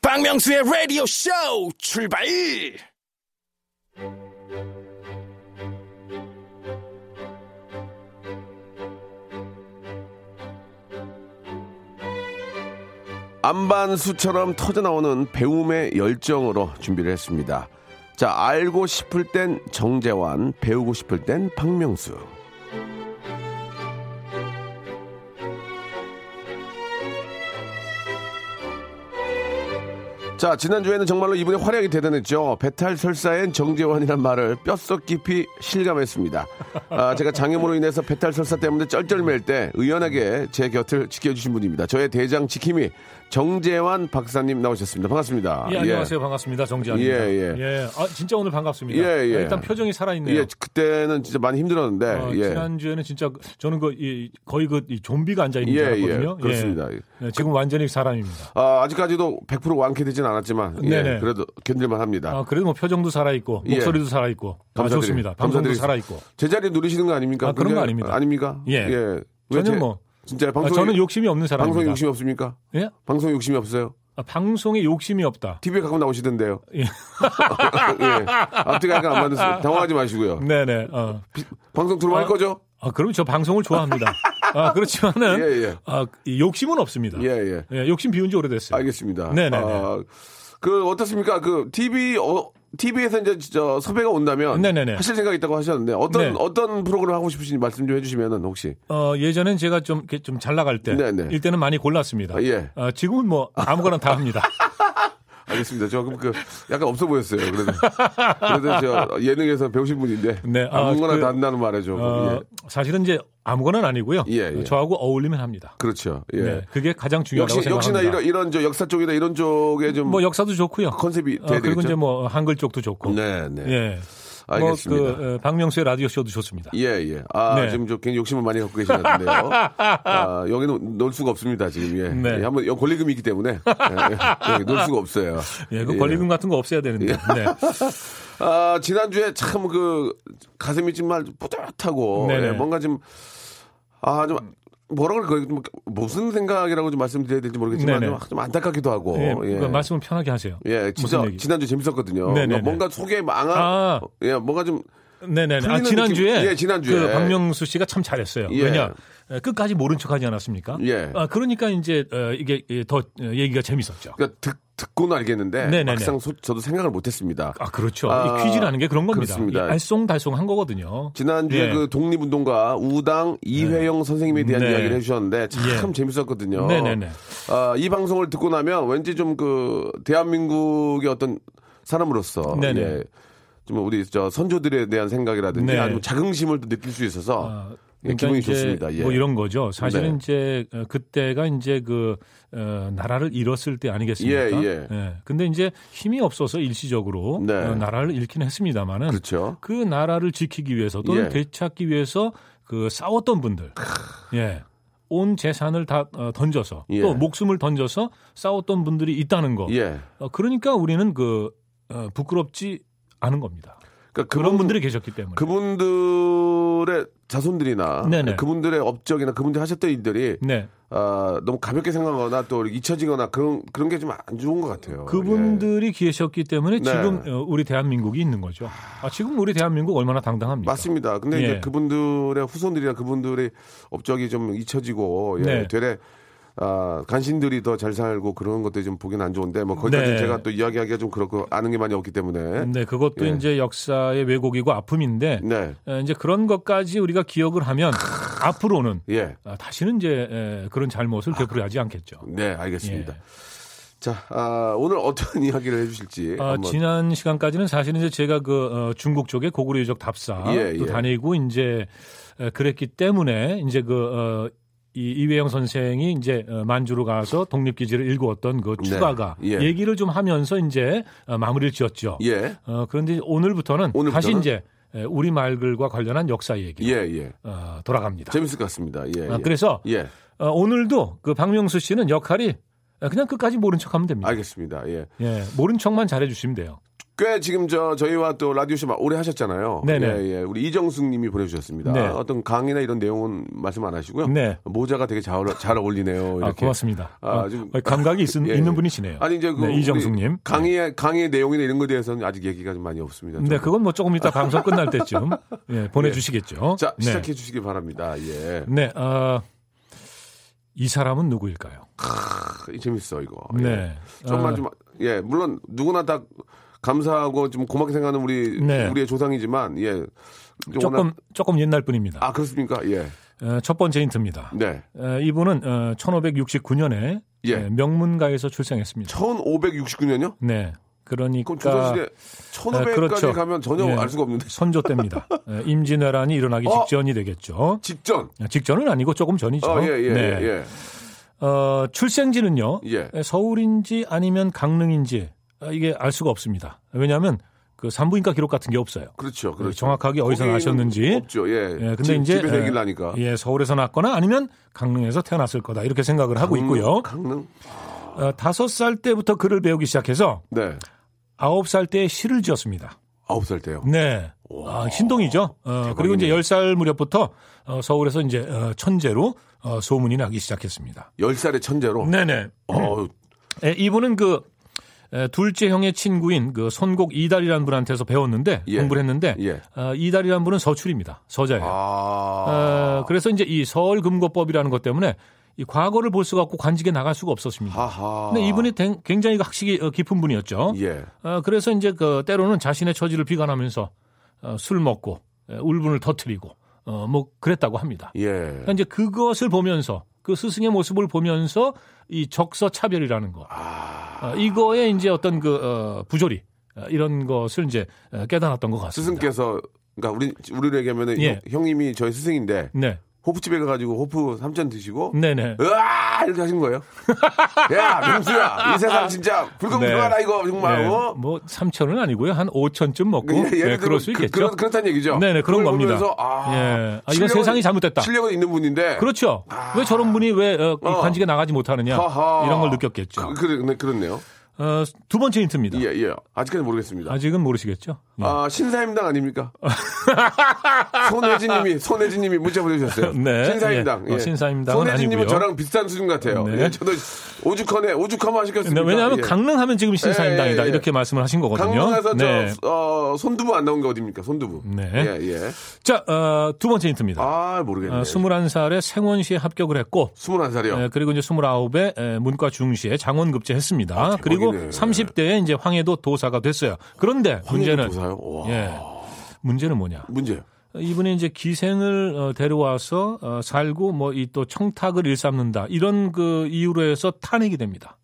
[SPEAKER 5] 박명수의 라디오 쇼 출발!
[SPEAKER 1] 안반수처럼 터져나오는 배움의 열정으로 준비를 했습니다. 자, 알고 싶을 땐 정재환, 배우고 싶을 땐 박명수. 자, 지난주에는 정말로 이분의 활약이 대단했죠. 배탈 설사엔 정재환이란 말을 뼛속 깊이 실감했습니다. 아, 제가 장염으로 인해서 배탈 설사 때문에 쩔쩔맬 때 의연하게 제 곁을 지켜주신 분입니다. 저의 대장 지킴이 정재환 박사님 나오셨습니다. 반갑습니다.
[SPEAKER 8] 예, 안녕하세요. 반갑습니다. 정지환입니다.
[SPEAKER 1] 아, 예, 예.
[SPEAKER 8] 아, 진짜 오늘 반갑습니다.
[SPEAKER 1] 예, 예.
[SPEAKER 8] 아, 일단 표정이 살아있네요.
[SPEAKER 1] 예, 그때는 진짜 많이 힘들었는데,
[SPEAKER 8] 어,
[SPEAKER 1] 예.
[SPEAKER 8] 지난주에는 진짜 저는 그, 이, 거의 그 이 좀비가 앉아있는 줄
[SPEAKER 1] 예, 예.
[SPEAKER 8] 알았거든요.
[SPEAKER 1] 그렇습니다.
[SPEAKER 8] 네, 지금 완전히 사람입니다.
[SPEAKER 1] 아, 아직까지도 100% 완쾌되진 않았지만, 예,
[SPEAKER 8] 네네.
[SPEAKER 1] 그래도 견딜만 합니다.
[SPEAKER 8] 아, 그래도 뭐 표정도 살아있고
[SPEAKER 1] 예.
[SPEAKER 8] 목소리도 살아있고 아,
[SPEAKER 1] 감사드리-
[SPEAKER 8] 좋습니다. 방송도
[SPEAKER 1] 감사드리겠습니다.
[SPEAKER 8] 살아있고
[SPEAKER 1] 제자리 누리시는 거 아닙니까?
[SPEAKER 8] 아, 그런 거
[SPEAKER 1] 굉장히-
[SPEAKER 8] 아닙니다.
[SPEAKER 1] 아닙니까?
[SPEAKER 8] 예.
[SPEAKER 1] 왜
[SPEAKER 8] 저는
[SPEAKER 1] 제-
[SPEAKER 8] 뭐-
[SPEAKER 1] 진짜
[SPEAKER 8] 아,
[SPEAKER 1] 방송
[SPEAKER 8] 저는 욕심이 없는 사람입니다.
[SPEAKER 1] 방송에 욕심이 없습니까?
[SPEAKER 8] 예?
[SPEAKER 1] 방송에 욕심이 없어요?
[SPEAKER 8] 아, 방송에 욕심이 없다.
[SPEAKER 1] TV에 가끔 나오시던데요.
[SPEAKER 8] 예.
[SPEAKER 1] 예. 앞뒤가 약간 안 맞아서 당황하지 마시고요.
[SPEAKER 8] 네네. 어.
[SPEAKER 1] 방송 들어갈
[SPEAKER 8] 아,
[SPEAKER 1] 거죠?
[SPEAKER 8] 아, 그럼 저 방송을 좋아합니다. 아, 그렇지만은
[SPEAKER 1] 예, 예.
[SPEAKER 8] 아, 이 욕심은 없습니다.
[SPEAKER 1] 예, 예.
[SPEAKER 8] 예, 욕심 비운 지 오래됐어요.
[SPEAKER 1] 알겠습니다.
[SPEAKER 8] 네네네.
[SPEAKER 1] 아, 그 어떻습니까? 그 TV 어 TV에서 이제 저 섭외가 온다면
[SPEAKER 8] 네네네.
[SPEAKER 1] 하실 생각 있다고 하셨는데 어떤
[SPEAKER 8] 네.
[SPEAKER 1] 어떤 프로그램 하고 싶으신지 말씀 좀 해주시면은 혹시
[SPEAKER 8] 어, 예전엔 제가 좀, 이렇게 좀 잘 나갈 때.
[SPEAKER 1] 네네.
[SPEAKER 8] 일때는 많이 골랐습니다.
[SPEAKER 1] 아, 예.
[SPEAKER 8] 어, 지금은 뭐 아무거나 다 합니다.
[SPEAKER 1] 알겠습니다. 조금 그 약간 없어 보였어요. 그래도 그래도 저 예능에서 배우신 분인데
[SPEAKER 8] 네, 아,
[SPEAKER 1] 아무거나
[SPEAKER 8] 그-
[SPEAKER 1] 다 한다는 말에 좀
[SPEAKER 8] 어,
[SPEAKER 1] 예.
[SPEAKER 8] 사실은 이제 아무거나 는 아니고요.
[SPEAKER 1] 예, 예.
[SPEAKER 8] 저하고 어울리면 합니다.
[SPEAKER 1] 그렇죠. 예.
[SPEAKER 8] 네, 그게 가장 중요하다고
[SPEAKER 1] 역시
[SPEAKER 8] 생각합니다.
[SPEAKER 1] 역시나 이런 이런 저 역사 쪽이나 이런 쪽에 좀
[SPEAKER 8] 뭐 역사도 좋고요.
[SPEAKER 1] 컨셉이
[SPEAKER 8] 어,
[SPEAKER 1] 돼야
[SPEAKER 8] 그리고
[SPEAKER 1] 되겠죠?
[SPEAKER 8] 이제 뭐 한글 쪽도 좋고.
[SPEAKER 1] 네, 네.
[SPEAKER 8] 예.
[SPEAKER 1] 알겠습니다.
[SPEAKER 8] 뭐 그, 어, 박명수의 라디오 쇼도 좋습니다.
[SPEAKER 1] 예, 예. 아,
[SPEAKER 8] 네.
[SPEAKER 1] 지금 저 굉장히 욕심을 많이 갖고 계신 것 같은데요. 아, 여기는 놀 수가 없습니다, 지금. 예.
[SPEAKER 8] 네.
[SPEAKER 1] 예, 한번, 여기 권리금이 있기 때문에. 예, 예, 놀 수가 없어요.
[SPEAKER 8] 예, 그 권리금 같은 거 없애야
[SPEAKER 1] 예.
[SPEAKER 8] 되는데. 네.
[SPEAKER 1] 아, 지난주에 참 그, 가슴이 정말 뿌듯하고.
[SPEAKER 8] 네네.
[SPEAKER 1] 예, 뭔가 좀, 아, 좀, 뭐라 그럴까요? 좀 무슨 생각이라고 좀 말씀드려야 될지 모르겠지만
[SPEAKER 8] 네네.
[SPEAKER 1] 좀, 좀 안타깝기도 하고.
[SPEAKER 8] 예,
[SPEAKER 1] 예.
[SPEAKER 8] 그러니까 말씀은 편하게 하세요.
[SPEAKER 1] 예, 진짜
[SPEAKER 8] 무슨 얘기?
[SPEAKER 1] 지난주 재밌었거든요.
[SPEAKER 8] 네네네.
[SPEAKER 1] 그러니까 뭔가 속에 망한,
[SPEAKER 8] 아.
[SPEAKER 1] 예, 뭔가 좀
[SPEAKER 8] 네네. 아,
[SPEAKER 1] 풀리는
[SPEAKER 8] 지난주에,
[SPEAKER 1] 느낌. 예, 지난주에.
[SPEAKER 8] 그 박명수 씨가 참 잘했어요.
[SPEAKER 1] 예.
[SPEAKER 8] 왜냐 에, 끝까지 모른 척하지 않았습니까?
[SPEAKER 1] 예.
[SPEAKER 8] 아, 그러니까 이제 어, 이게 예, 더 어, 얘기가 재밌었죠.
[SPEAKER 1] 그러니까 듣, 듣고는 알겠는데
[SPEAKER 8] 네네네.
[SPEAKER 1] 막상 소- 저도 생각을 못했습니다.
[SPEAKER 8] 아 그렇죠.
[SPEAKER 1] 아,
[SPEAKER 8] 이 퀴즈라는 게 그런 겁니다.
[SPEAKER 1] 그렇습니다.
[SPEAKER 8] 예, 알쏭달쏭한 거거든요.
[SPEAKER 1] 지난주에
[SPEAKER 8] 예.
[SPEAKER 1] 그 독립운동가 우당 이회영 선생님에 대한
[SPEAKER 8] 네.
[SPEAKER 1] 이야기를 해주셨는데 참
[SPEAKER 8] 예.
[SPEAKER 1] 재밌었거든요.
[SPEAKER 8] 네네네.
[SPEAKER 1] 아, 이 방송을 듣고 나면 왠지 좀 그 대한민국의 어떤 사람으로서
[SPEAKER 8] 네네.
[SPEAKER 1] 예, 좀 우리 저 선조들에 대한 생각이라든지
[SPEAKER 8] 네.
[SPEAKER 1] 아주 자긍심을 또 느낄 수 있어서
[SPEAKER 8] 아,
[SPEAKER 1] 예, 기분이
[SPEAKER 8] 이제
[SPEAKER 1] 좋습니다. 예.
[SPEAKER 8] 뭐 이런 거죠.
[SPEAKER 1] 네.
[SPEAKER 8] 사실은 이제 어, 그때가 이제 그 어, 나라를 잃었을 때 아니겠습니까?
[SPEAKER 1] 예, 예.
[SPEAKER 8] 근데 이제 힘이 없어서 일시적으로
[SPEAKER 1] 네.
[SPEAKER 8] 어, 나라를 잃기는 했습니다만은
[SPEAKER 1] 그렇죠.
[SPEAKER 8] 그 나라를 지키기 위해서 또는
[SPEAKER 1] 예.
[SPEAKER 8] 되찾기 위해서 그 싸웠던 분들, 예, 온 재산을 다 어, 던져서
[SPEAKER 1] 예.
[SPEAKER 8] 또 목숨을 던져서 싸웠던 분들이 있다는 거.
[SPEAKER 1] 예.
[SPEAKER 8] 어, 그러니까 우리는 그 어, 부끄럽지 않은 겁니다.
[SPEAKER 1] 그러니까
[SPEAKER 8] 그런
[SPEAKER 1] 그분-
[SPEAKER 8] 분들이 계셨기 때문에.
[SPEAKER 1] 그분들의 자손들이나
[SPEAKER 8] 네네.
[SPEAKER 1] 그분들의 업적이나 그분들이 하셨던 일들이
[SPEAKER 8] 네.
[SPEAKER 1] 아, 너무 가볍게 생각하거나 또 이렇게 잊혀지거나 그런 그런 게 좀 안 좋은 것 같아요. 예.
[SPEAKER 8] 그분들이 계셨기 때문에
[SPEAKER 1] 네.
[SPEAKER 8] 지금 어, 우리 대한민국이 있는 거죠. 아, 지금 우리 대한민국 얼마나 당당합니까?
[SPEAKER 1] 맞습니다. 근데 이제
[SPEAKER 8] 예.
[SPEAKER 1] 그분들의 후손들이나 그분들의 업적이 좀 잊혀지고 예,
[SPEAKER 8] 네.
[SPEAKER 1] 되레 아, 간신들이 더 잘 살고 그런 것들이 좀 보기는 안 좋은데 뭐 거기까지
[SPEAKER 8] 네.
[SPEAKER 1] 제가 또 이야기하기가 좀 그렇고 아는 게 많이 없기 때문에
[SPEAKER 8] 네, 그것도
[SPEAKER 1] 예.
[SPEAKER 8] 이제 역사의 왜곡이고 아픔인데
[SPEAKER 1] 네.
[SPEAKER 8] 에, 이제 그런 것까지 우리가 기억을 하면 앞으로는
[SPEAKER 1] 예.
[SPEAKER 8] 아, 다시는 이제 에, 그런 잘못을 되풀이하지 않겠죠.
[SPEAKER 1] 네, 알겠습니다.
[SPEAKER 8] 예.
[SPEAKER 1] 자, 아, 오늘 어떤 이야기를 해 주실지 네,
[SPEAKER 8] 아,
[SPEAKER 1] 한번
[SPEAKER 8] 지난 시간까지는 사실은 이제 제가 그 어, 중국 쪽에 고구려 유적 답사
[SPEAKER 1] 예,
[SPEAKER 8] 또
[SPEAKER 1] 예.
[SPEAKER 8] 다니고 이제 에, 그랬기 때문에 이제 그 어, 이 이회영 선생이 이제 어, 만주로 가서 독립기지를 일구었던 그
[SPEAKER 1] 네,
[SPEAKER 8] 추가가
[SPEAKER 1] 예.
[SPEAKER 8] 얘기를 좀 하면서 이제 어, 마무리를 지었죠.
[SPEAKER 1] 예.
[SPEAKER 8] 어, 그런데 이제 오늘부터는,
[SPEAKER 1] 오늘부터는?
[SPEAKER 8] 다시 이제 에, 우리 말글과 관련한 역사 얘기
[SPEAKER 1] 예, 예.
[SPEAKER 8] 어, 돌아갑니다.
[SPEAKER 1] 재밌을 것 같습니다. 예.
[SPEAKER 8] 아,
[SPEAKER 1] 예.
[SPEAKER 8] 그래서
[SPEAKER 1] 예.
[SPEAKER 8] 어, 오늘도 그 박명수 씨는 역할이 어, 그냥 끝까지 모른 척하면 됩니다.
[SPEAKER 1] 알겠습니다. 예.
[SPEAKER 8] 예, 모른 척만 잘해주시면 돼요.
[SPEAKER 1] 꽤 지금 저 저희와 또 라디오쇼 마- 오래 하셨잖아요.
[SPEAKER 8] 네네.
[SPEAKER 1] 예, 예. 우리 이정숙님이 보내주셨습니다.
[SPEAKER 8] 네.
[SPEAKER 1] 어떤 강의나 이런 내용은 말씀 안 하시고요.
[SPEAKER 8] 네.
[SPEAKER 1] 모자가 되게 잘, 어울- 잘 어울리네요. 이렇게.
[SPEAKER 8] 아, 고맙습니다.
[SPEAKER 1] 아,
[SPEAKER 8] 어,
[SPEAKER 1] 지금-
[SPEAKER 8] 어, 감각이 있,
[SPEAKER 1] 예,
[SPEAKER 8] 는
[SPEAKER 1] 예.
[SPEAKER 8] 분이시네요.
[SPEAKER 1] 아니 이제 그
[SPEAKER 8] 네,
[SPEAKER 1] 우리
[SPEAKER 8] 이정숙님.
[SPEAKER 1] 강의의 강의 내용이나 이런 거에 대해서는 아직 얘기가 좀 많이 없습니다.
[SPEAKER 8] 네,
[SPEAKER 1] 좀.
[SPEAKER 8] 그건 뭐 조금 이따 방송 끝날 때쯤 예, 보내주시겠죠.
[SPEAKER 1] 자
[SPEAKER 8] 네.
[SPEAKER 1] 시작해 주시기 바랍니다. 예,
[SPEAKER 8] 네, 아, 이 사람은 누구일까요?
[SPEAKER 1] 크, 재밌어 이거. 예.
[SPEAKER 8] 네,
[SPEAKER 1] 정말
[SPEAKER 8] 아,
[SPEAKER 1] 좀 예 물론 누구나 다 감사하고 좀 고맙게 생각하는 우리
[SPEAKER 8] 네.
[SPEAKER 1] 우리의 조상이지만 예
[SPEAKER 8] 조금
[SPEAKER 1] 워낙-
[SPEAKER 8] 조금 옛날 분입니다.
[SPEAKER 1] 아 그렇습니까? 예,
[SPEAKER 8] 어, 첫 번째 힌트입니다.
[SPEAKER 1] 네.
[SPEAKER 8] 어, 이분은 어, 1569년에
[SPEAKER 1] 예.
[SPEAKER 8] 명문가에서 출생했습니다.
[SPEAKER 1] 1569년요?
[SPEAKER 8] 네, 그러니까
[SPEAKER 1] 그럼 조선시대 1500까지
[SPEAKER 8] 그렇죠.
[SPEAKER 1] 가면 전혀
[SPEAKER 8] 예.
[SPEAKER 1] 알 수가 없는데
[SPEAKER 8] 선조 때입니다. 예, 임진왜란이 일어나기
[SPEAKER 1] 어?
[SPEAKER 8] 직전이 되겠죠.
[SPEAKER 1] 직전.
[SPEAKER 8] 직전은 아니고 조금 전이죠.
[SPEAKER 1] 어, 예, 예,
[SPEAKER 8] 네.
[SPEAKER 1] 예,
[SPEAKER 8] 어, 출생지는요.
[SPEAKER 1] 예.
[SPEAKER 8] 에, 서울인지 아니면 강릉인지 아, 이게 알 수가 없습니다. 왜냐하면 그 산부인과 기록 같은 게 없어요.
[SPEAKER 1] 그렇죠, 그렇죠.
[SPEAKER 8] 네, 정확하게 어디서
[SPEAKER 1] 거기는
[SPEAKER 8] 나셨는지.
[SPEAKER 1] 없죠. 예.
[SPEAKER 8] 예, 근데
[SPEAKER 1] 집-
[SPEAKER 8] 이제
[SPEAKER 1] 집에서
[SPEAKER 8] 에,
[SPEAKER 1] 얘기를 하니까.
[SPEAKER 8] 예, 서울에서 났거나 아니면 강릉에서 태어났을 거다 이렇게 생각을 하고 있고요.
[SPEAKER 1] 음, 강릉.
[SPEAKER 8] 어, 다섯 살 때부터 글을 배우기 시작해서
[SPEAKER 1] 네.
[SPEAKER 8] 아홉 살 때 시를 지었습니다.
[SPEAKER 1] 아홉 살 때요.
[SPEAKER 8] 네. 아, 신동이죠. 어, 그리고 이제 열 살 무렵부터 어, 서울에서 이제 어, 천재로 어, 소문이 나기 시작했습니다.
[SPEAKER 1] 열 살의 천재로.
[SPEAKER 8] 네네.
[SPEAKER 1] 어,
[SPEAKER 8] 에, 이분은 그 에, 둘째 형의 친구인 그 손곡 이달이라는 분한테서 배웠는데
[SPEAKER 1] 예.
[SPEAKER 8] 공부를 했는데
[SPEAKER 1] 예.
[SPEAKER 8] 어, 이달이라는 분은 서출입니다. 서자예요.
[SPEAKER 1] 아.
[SPEAKER 8] 어, 그래서 이제 이 서울금고법이라는 것 때문에 이 과거를 볼 수가 없고 관직에 나갈 수가 없었습니다.
[SPEAKER 1] 하하.
[SPEAKER 8] 근데 이분이 댕- 굉장히 그 학식이 어, 깊은 분이었죠.
[SPEAKER 1] 아. 예.
[SPEAKER 8] 어, 그래서 이제 그 때로는 자신의 처지를 비관하면서 어, 술 먹고 에, 울분을 터트리고 어, 뭐 그랬다고 합니다.
[SPEAKER 1] 예.
[SPEAKER 8] 그러니까 이제 그것을 보면서 그 스승의 모습을 보면서 이 적서 차별이라는 거
[SPEAKER 1] 아,
[SPEAKER 8] 어, 이거에 이제 어떤 그 어, 부조리 어, 이런 것을 이제 어, 깨달았던 것 같습니다.
[SPEAKER 1] 스승께서 그러니까 우리 우리로 얘기하면은
[SPEAKER 8] 예.
[SPEAKER 1] 형- 형님이 저희 스승인데
[SPEAKER 8] 네,
[SPEAKER 1] 호프집에 가가지고 호프 삼천 드시고
[SPEAKER 8] 네, 네.
[SPEAKER 1] 으아 이렇게 하신 거예요? 야 명수야 이 세상 진짜 불금
[SPEAKER 8] 네.
[SPEAKER 1] 들어가라 이거 정말
[SPEAKER 8] 네,
[SPEAKER 1] 어?
[SPEAKER 8] 뭐 3천은 아니고요. 한 5천쯤 먹고
[SPEAKER 1] 예, 예를
[SPEAKER 8] 네, 그럴 수
[SPEAKER 1] 들면
[SPEAKER 8] 있겠죠.
[SPEAKER 1] 그, 런 그렇다는 얘기죠.
[SPEAKER 8] 네네, 그런
[SPEAKER 1] 그걸
[SPEAKER 8] 겁니다.
[SPEAKER 1] 보면서, 아,
[SPEAKER 8] 예. 아, 이건
[SPEAKER 1] 실력은-
[SPEAKER 8] 세상이 잘못됐다.
[SPEAKER 1] 실력은 있는 분인데.
[SPEAKER 8] 그렇죠. 왜 저런 분이 왜 어, 이
[SPEAKER 1] 아. 어.
[SPEAKER 8] 관직에 나가지 못하느냐
[SPEAKER 1] 하하.
[SPEAKER 8] 이런 걸
[SPEAKER 1] 그,
[SPEAKER 8] 느꼈겠죠.
[SPEAKER 1] 그, 네, 그렇네요.
[SPEAKER 8] 어, 두 번째 힌트입니다.
[SPEAKER 1] 예, 예. 아직까지 모르겠습니다.
[SPEAKER 8] 아직은 모르시겠죠? 예.
[SPEAKER 1] 아, 신사임당 아닙니까? 손혜진님이 손혜진님이 문자 보내주셨어요.
[SPEAKER 8] 네.
[SPEAKER 1] 신사임당.
[SPEAKER 8] 예. 어, 신사임당은
[SPEAKER 1] 손혜진님은
[SPEAKER 8] 아니고요.
[SPEAKER 1] 저랑 비슷한 수준 같아요.
[SPEAKER 8] 네.
[SPEAKER 1] 예, 저도 오죽헌에 오죽헌만
[SPEAKER 8] 근데
[SPEAKER 1] 시켰습니다.
[SPEAKER 8] 왜냐하면
[SPEAKER 1] 예.
[SPEAKER 8] 강릉하면 지금 신사임당이다
[SPEAKER 1] 예, 예, 예.
[SPEAKER 8] 이렇게 말씀을 하신 거거든요.
[SPEAKER 1] 강릉에서
[SPEAKER 8] 네.
[SPEAKER 1] 저 어, 손두부 안 나온 게 어딥니까? 손두부.
[SPEAKER 8] 네.
[SPEAKER 1] 예, 예.
[SPEAKER 8] 자, 어, 두 번째 힌트입니다.
[SPEAKER 1] 아, 모르겠네.
[SPEAKER 8] 어, 21살에 생원시에 합격을 했고
[SPEAKER 1] 스물한 살이요.
[SPEAKER 8] 예, 그리고 이제 29에 에, 문과 중시에 장원 급제했습니다.
[SPEAKER 1] 아,
[SPEAKER 8] 그리고
[SPEAKER 1] 예.
[SPEAKER 8] 30대에 이제 황해도 도사가 됐어요. 그런데 문제는
[SPEAKER 1] 도사요? 와.
[SPEAKER 8] 예. 문제는 뭐냐?
[SPEAKER 1] 문제요.
[SPEAKER 8] 이분이 이제 기생을 어, 데려와서 어, 살고 뭐 이 또 청탁을 일삼는다. 이런 그 이유로 해서 탄핵이 됩니다.